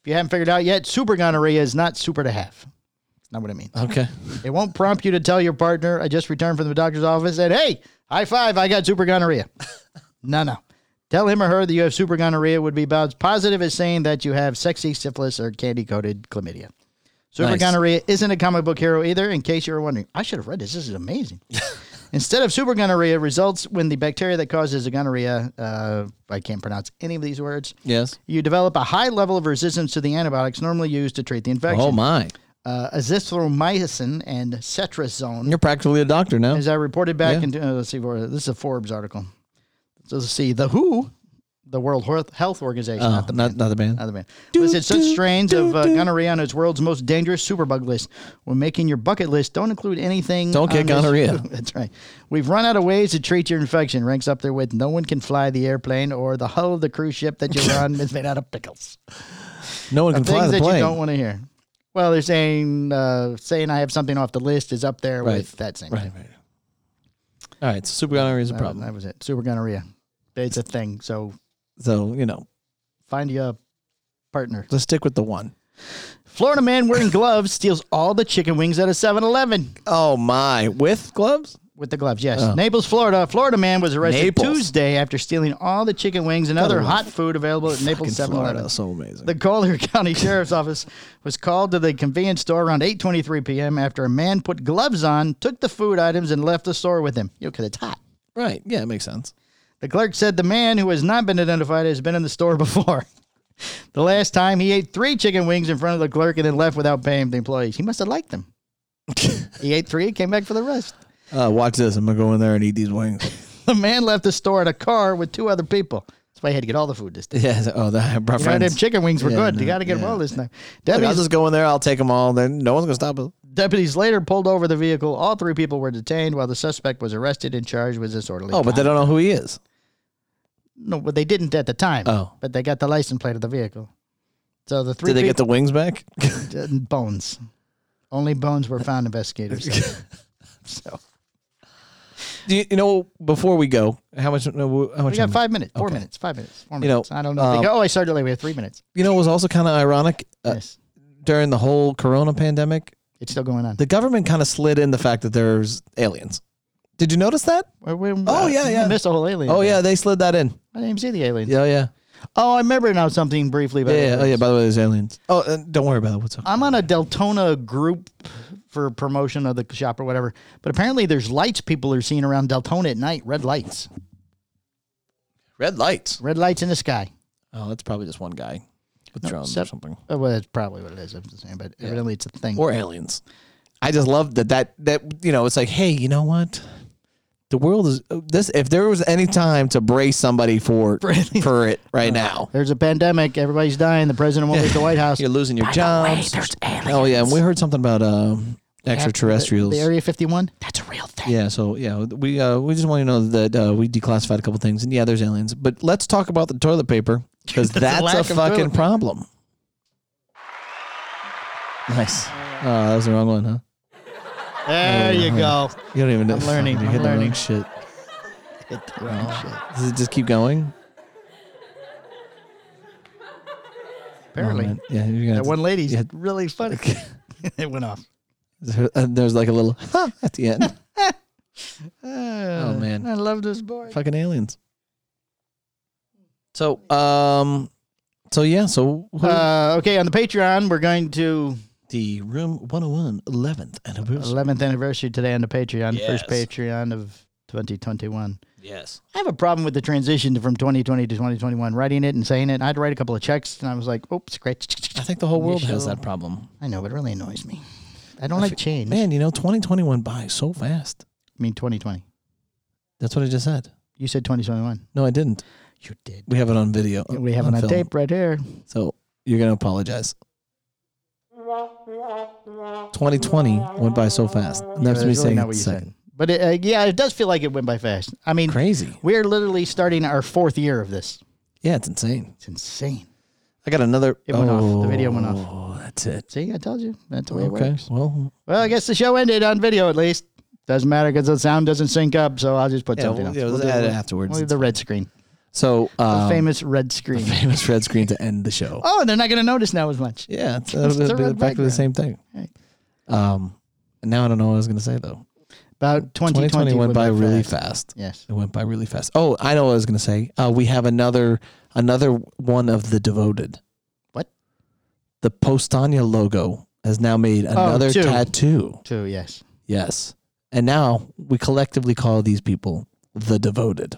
Speaker 1: you haven't figured out yet, super gonorrhea is not super to have. That's not what I mean.
Speaker 2: okay.
Speaker 1: It won't prompt you to tell your partner, I just returned from the doctor's office and hey, high five, I got super gonorrhea. no, no. Tell him or her that you have super gonorrhea would be about as positive as saying that you have sexy syphilis or candy coated chlamydia. Super
Speaker 2: Nice.
Speaker 1: gonorrhea isn't a comic book hero either, in case you were wondering. I should have read this. This is amazing. Instead of super gonorrhea, results when the bacteria that causes the gonorrhea, uh, I can't pronounce any of these words,
Speaker 2: Yes.
Speaker 1: you develop a high level of resistance to the antibiotics normally used to treat the infection
Speaker 2: Oh my.
Speaker 1: uh, azithromycin and cetrazone.
Speaker 2: You're practically a doctor now.
Speaker 1: As I reported back
Speaker 2: Yeah.
Speaker 1: in, uh, let's see, where- this is a Forbes article. So let's see, the WHO, the World Health- Health Organization,
Speaker 2: Oh,
Speaker 1: not the
Speaker 2: not, not the band.
Speaker 1: other man, Uh, listed such strains of uh, gonorrhea on its world's most dangerous superbug list. When making your bucket list, don't include anything.
Speaker 2: Don't get
Speaker 1: on this-
Speaker 2: gonorrhea.
Speaker 1: That's right. We've run out of ways to treat your infection. Ranks up there with no one can fly the airplane or the hull of the cruise ship that you're on is made out of pickles.
Speaker 2: No one can fly
Speaker 1: things
Speaker 2: the
Speaker 1: that you
Speaker 2: plane.
Speaker 1: don't want to hear. Well, they're saying uh, saying I have something off the list is up there
Speaker 2: Right.
Speaker 1: with that same.
Speaker 2: right, right. All right. So super gonorrhea is a
Speaker 1: That, was,
Speaker 2: problem.
Speaker 1: that was it. Super gonorrhea. It's a thing. So
Speaker 2: So you know,
Speaker 1: find you a partner.
Speaker 2: let's stick with the one.
Speaker 1: Florida man wearing gloves steals all the chicken wings at a 7-Eleven
Speaker 2: Oh my! With gloves?
Speaker 1: with the gloves. Yes,
Speaker 2: Oh.
Speaker 1: Naples, Florida. A Florida man was arrested
Speaker 2: Naples.
Speaker 1: Tuesday after stealing all the chicken wings and other
Speaker 2: was
Speaker 1: hot food available at Naples
Speaker 2: Fucking
Speaker 1: 7-Eleven.
Speaker 2: Florida, so amazing.
Speaker 1: The Collier County Sheriff's Office was called to the convenience store around 8:23 p.m. after a man put gloves on, took the food items, and left the store with them. You know, 'cause it's hot.
Speaker 2: right? Yeah, it makes sense.
Speaker 1: The clerk said the man who has not been identified has been in the store before. the last time he ate three chicken wings in front of the clerk and then left without paying the employees. He must have liked them. he ate three and came back for the rest.
Speaker 2: Uh, watch this. I'm gonna go in there and eat these wings.
Speaker 1: The man left the store in a car with two other people. That's why he had to get all the food this time.
Speaker 2: yeah. so- Oh, that I brought
Speaker 1: You know, them
Speaker 2: friends.
Speaker 1: chicken wings were
Speaker 2: Yeah,
Speaker 1: good.
Speaker 2: no,
Speaker 1: you got to get them
Speaker 2: yeah.
Speaker 1: all this time.
Speaker 2: Look, I'll
Speaker 1: Deputies
Speaker 2: just go in there. I'll take them all. Then no one's gonna stop us.
Speaker 1: Deputies later pulled over the vehicle. All three people were detained while the suspect was arrested and charged with disorderly.
Speaker 2: Oh, but they
Speaker 1: conduct.
Speaker 2: don't know who he is.
Speaker 1: no, but they didn't at the time.
Speaker 2: Oh.
Speaker 1: but they got the license plate of the vehicle. So the three
Speaker 2: Did they get
Speaker 1: people,
Speaker 2: the wings back?
Speaker 1: uh, bones. Only bones were found. Investigators. said. so
Speaker 2: Do you, you know? Before we go, how much? no, How much?
Speaker 1: we got
Speaker 2: time-
Speaker 1: five minutes, four
Speaker 2: Okay.
Speaker 1: minutes, five minutes, four
Speaker 2: You know,
Speaker 1: minutes. I don't know. if they
Speaker 2: um,
Speaker 1: go, oh, I started late. We have three minutes.
Speaker 2: You know, it was also kind of ironic uh,
Speaker 1: yes,
Speaker 2: during the whole Corona pandemic.
Speaker 1: it's still going on.
Speaker 2: the government kind of slid in the fact that there's aliens. Did you notice that?
Speaker 1: We- we-
Speaker 2: Oh, yeah,
Speaker 1: we
Speaker 2: yeah.
Speaker 1: Missed a whole alien.
Speaker 2: Oh
Speaker 1: thing.
Speaker 2: yeah, they slid that in.
Speaker 1: I didn't even see the alien.
Speaker 2: Yeah, yeah,
Speaker 1: Oh, I remember now something briefly. About
Speaker 2: yeah. yeah.
Speaker 1: aliens.
Speaker 2: Oh yeah. By the way, there's aliens. Oh, uh, don't worry about it. What's up?
Speaker 1: I'm on a Deltona group for promotion of the shop or whatever, but apparently there's lights people are seeing around Deltona at night, red lights,
Speaker 2: Red lights.
Speaker 1: red lights in the sky.
Speaker 2: Oh, that's probably just one guy with drones
Speaker 1: sep-
Speaker 2: or something,
Speaker 1: Uh, Well, that's probably what it is. I'm just saying, but evidently it's a thing.
Speaker 2: or aliens. I just love that that that you know it's like, hey, you know what? the world is this. If there was any time to brace somebody for for it right now,
Speaker 1: There's a pandemic. Everybody's dying. The president won't leave the White House.
Speaker 2: you're losing your jobs. oh yeah, and we heard something about um, extraterrestrials.
Speaker 1: The Area 51. That's a real thing.
Speaker 2: Yeah, so yeah, we uh, we just want you to know that uh, we declassified a couple things, and yeah, there's aliens. But let's talk about the toilet paper because that's
Speaker 1: lack
Speaker 2: a
Speaker 1: of toilet
Speaker 2: fucking
Speaker 1: paper.
Speaker 2: problem. Nice. Oh, that was the wrong one, huh?
Speaker 1: There you go.
Speaker 2: You don't even know.
Speaker 1: I'm learning,
Speaker 2: Fuck, You
Speaker 1: I'm
Speaker 2: hit the wrong
Speaker 1: learning.
Speaker 2: shit.
Speaker 1: Hit the wrong Oh, shit.
Speaker 2: Does it just keep going?
Speaker 1: Apparently.
Speaker 2: Oh, man. yeah, you're
Speaker 1: that
Speaker 2: gonna.
Speaker 1: one lady's
Speaker 2: yeah.
Speaker 1: really funny. it went off.
Speaker 2: and there's like a little at the end.
Speaker 1: oh
Speaker 2: man.
Speaker 1: I love this boy.
Speaker 2: fucking aliens. So, um, so yeah, so who-
Speaker 1: Uh, okay, on the Patreon, we're going to
Speaker 2: the room 101, 11th anniversary.
Speaker 1: 11th anniversary today on the Patreon, first
Speaker 2: Yes.
Speaker 1: Patreon of 2021.
Speaker 2: Yes.
Speaker 1: I have a problem with the transition from 2020 to 2021, writing it and saying it. I had to write a couple of checks, and I was like, oops, scratch.
Speaker 2: I think the whole world has
Speaker 1: Initial-
Speaker 2: that problem.
Speaker 1: I know, it really annoys me. I don't like change.
Speaker 2: Man, you know, 2020 went by so fast.
Speaker 1: I mean, 2020.
Speaker 2: That's what I just said.
Speaker 1: You said 2021.
Speaker 2: No, I didn't.
Speaker 1: You did.
Speaker 2: We have it on video.
Speaker 1: We have it on
Speaker 2: film.
Speaker 1: tape right here.
Speaker 2: So you're going to apologize. 2020 went by so fast. And
Speaker 1: That's
Speaker 2: that's me
Speaker 1: really
Speaker 2: saying
Speaker 1: not what
Speaker 2: it's
Speaker 1: you
Speaker 2: like
Speaker 1: said. But it, uh, yeah, it does feel like it went by fast. I mean,
Speaker 2: crazy.
Speaker 1: we are literally starting our fourth year of this.
Speaker 2: Yeah, it's insane.
Speaker 1: It's insane.
Speaker 2: I got another.
Speaker 1: It went off. The video went off.
Speaker 2: Oh, that's it.
Speaker 1: See, I told you. That's the way it
Speaker 2: Okay.
Speaker 1: works.
Speaker 2: Well,
Speaker 1: Well, I guess the show ended on video at least. Doesn't matter because the sound doesn't sync up, so I'll just put
Speaker 2: Yeah,
Speaker 1: something
Speaker 2: we'll-
Speaker 1: else.
Speaker 2: yeah, we'll
Speaker 1: do
Speaker 2: add it
Speaker 1: the-
Speaker 2: afterwards.
Speaker 1: we'll do the red screen.
Speaker 2: so
Speaker 1: the
Speaker 2: um,
Speaker 1: famous red screen.
Speaker 2: famous red screen to end the show.
Speaker 1: oh, they're not going to notice now as much.
Speaker 2: Yeah, it's,
Speaker 1: It's
Speaker 2: it'll
Speaker 1: the
Speaker 2: be
Speaker 1: red
Speaker 2: back to the
Speaker 1: background.
Speaker 2: same thing.
Speaker 1: Right.
Speaker 2: Um, and now I don't know what I was going to say though.
Speaker 1: About 2020,
Speaker 2: 2020 went by really fast.
Speaker 1: Yes.
Speaker 2: It went by really fast. Oh, I know what I was going to say. Uh, we have another another one of the devoted.
Speaker 1: What?
Speaker 2: The Postania logo has now made another
Speaker 1: Oh, two.
Speaker 2: tattoo.
Speaker 1: Two, yes.
Speaker 2: Yes, and now we collectively call these people the devoted.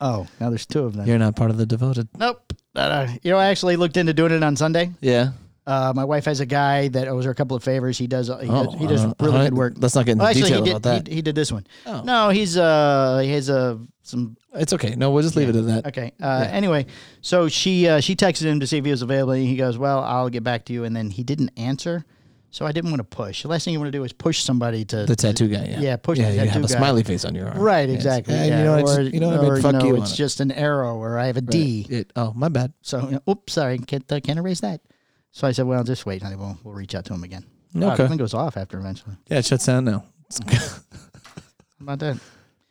Speaker 1: Oh, now there's two of them.
Speaker 2: You're not part of the devoted.
Speaker 1: Nope. Uh, you know, I actually looked into doing it on Sunday.
Speaker 2: Yeah.
Speaker 1: Uh, my wife has a guy that owes her a couple of favors. He does. He, does, he does
Speaker 2: uh,
Speaker 1: really
Speaker 2: I-
Speaker 1: good work.
Speaker 2: Let's not get into
Speaker 1: Well, actually,
Speaker 2: detail
Speaker 1: he did.
Speaker 2: about that.
Speaker 1: He, he did this one.
Speaker 2: Oh.
Speaker 1: No, he's uh, he has a some
Speaker 2: it's okay. No, we'll just leave it at that.
Speaker 1: Okay. Uh, Anyway, so she uh, she texted him to see if he was available, and he goes, "Well, I'll get back to you." And then he didn't answer, so I didn't want to push. The last thing you want to do is push somebody to
Speaker 2: The tattoo guy. Yeah.
Speaker 1: yeah, push
Speaker 2: yeah,
Speaker 1: the
Speaker 2: you have
Speaker 1: tattoo
Speaker 2: a
Speaker 1: guy.
Speaker 2: smiley face on your arm.
Speaker 1: Right,
Speaker 2: Yes.
Speaker 1: exactly.
Speaker 2: Yeah,
Speaker 1: Yeah,
Speaker 2: you know, it's,
Speaker 1: or,
Speaker 2: you know what I
Speaker 1: or,
Speaker 2: mean? Fuck
Speaker 1: no,
Speaker 2: you.
Speaker 1: It's just an arrow, or I have a D.
Speaker 2: It, oh, my bad.
Speaker 1: So, you know, oops, sorry, can't uh, can't erase that. So I said, "Well, just wait, honey. We'll, we'll reach out to him again." Wow,
Speaker 2: Okay.
Speaker 1: the thing goes off after eventually.
Speaker 2: Yeah, it shuts down now.
Speaker 1: How about that?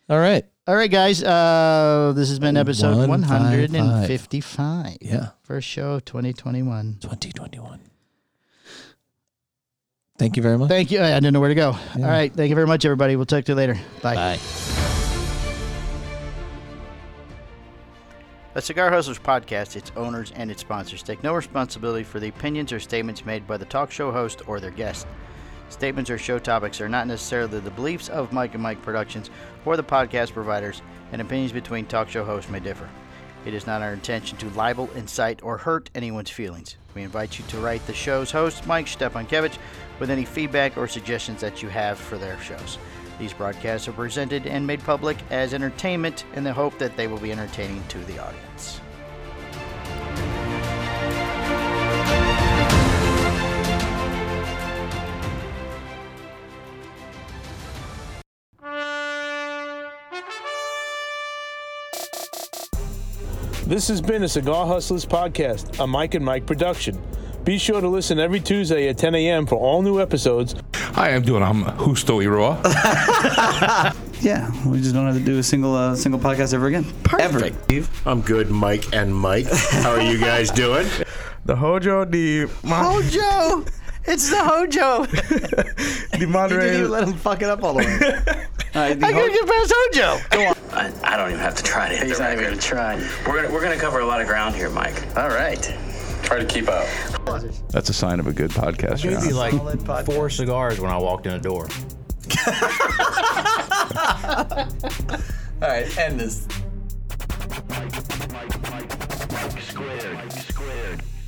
Speaker 2: All right.
Speaker 1: All right, guys. Uh, this has been episode
Speaker 2: One
Speaker 1: one
Speaker 2: five five.
Speaker 1: hundred and fifty-five.
Speaker 2: Yeah.
Speaker 1: First show of twenty twenty-one.
Speaker 2: 2021. Thank you very much.
Speaker 1: Thank you. I didn't know where to go. All right. Thank you very much, everybody. We'll talk to you later. Bye.
Speaker 2: Bye.
Speaker 1: The Cigar Hustlers podcast, its owners, and its sponsors take no responsibility for the opinions or statements made by the talk show host or their guest. Statements or show topics are not necessarily the beliefs of Mike and Mike Productions or the podcast providers, and opinions between talk show hosts may differ. It is not our intention to libel, incite, or hurt anyone's feelings. We invite you to write the show's host, Mike Stepankevich, with any feedback or suggestions that you have for their shows. These broadcasts are presented and made public as entertainment in the hope that they will be entertaining to the audience.
Speaker 3: This has been a Cigar Hustlers podcast, a Mike and Mike production. Be sure to listen every Tuesday at 10 a.m. for all new episodes
Speaker 4: Hi, I'm doing. I'm Husto Iroa.
Speaker 5: Yeah, we just don't have to do a single uh, single podcast ever again. Perfect. Ever.
Speaker 6: I'm good, Mike and Mike. How are you guys doing?
Speaker 7: The Hojo, the mo-
Speaker 1: Hojo! It's the Hojo!
Speaker 7: the moderator.
Speaker 1: let him fuck it up all the way.
Speaker 5: All right, the
Speaker 1: I
Speaker 5: whole-
Speaker 1: couldn't get past Hojo!
Speaker 8: I, I don't even have to try to hit the record.
Speaker 1: trying.
Speaker 8: We're gonna, we're gonna cover a lot of ground here, Mike.
Speaker 1: All right.
Speaker 8: Try to keep up.
Speaker 7: That's a sign of a good podcast. You're on.
Speaker 9: like four cigars when I walked in the door.
Speaker 2: All right. End this.
Speaker 8: Mike squared. Mike squared.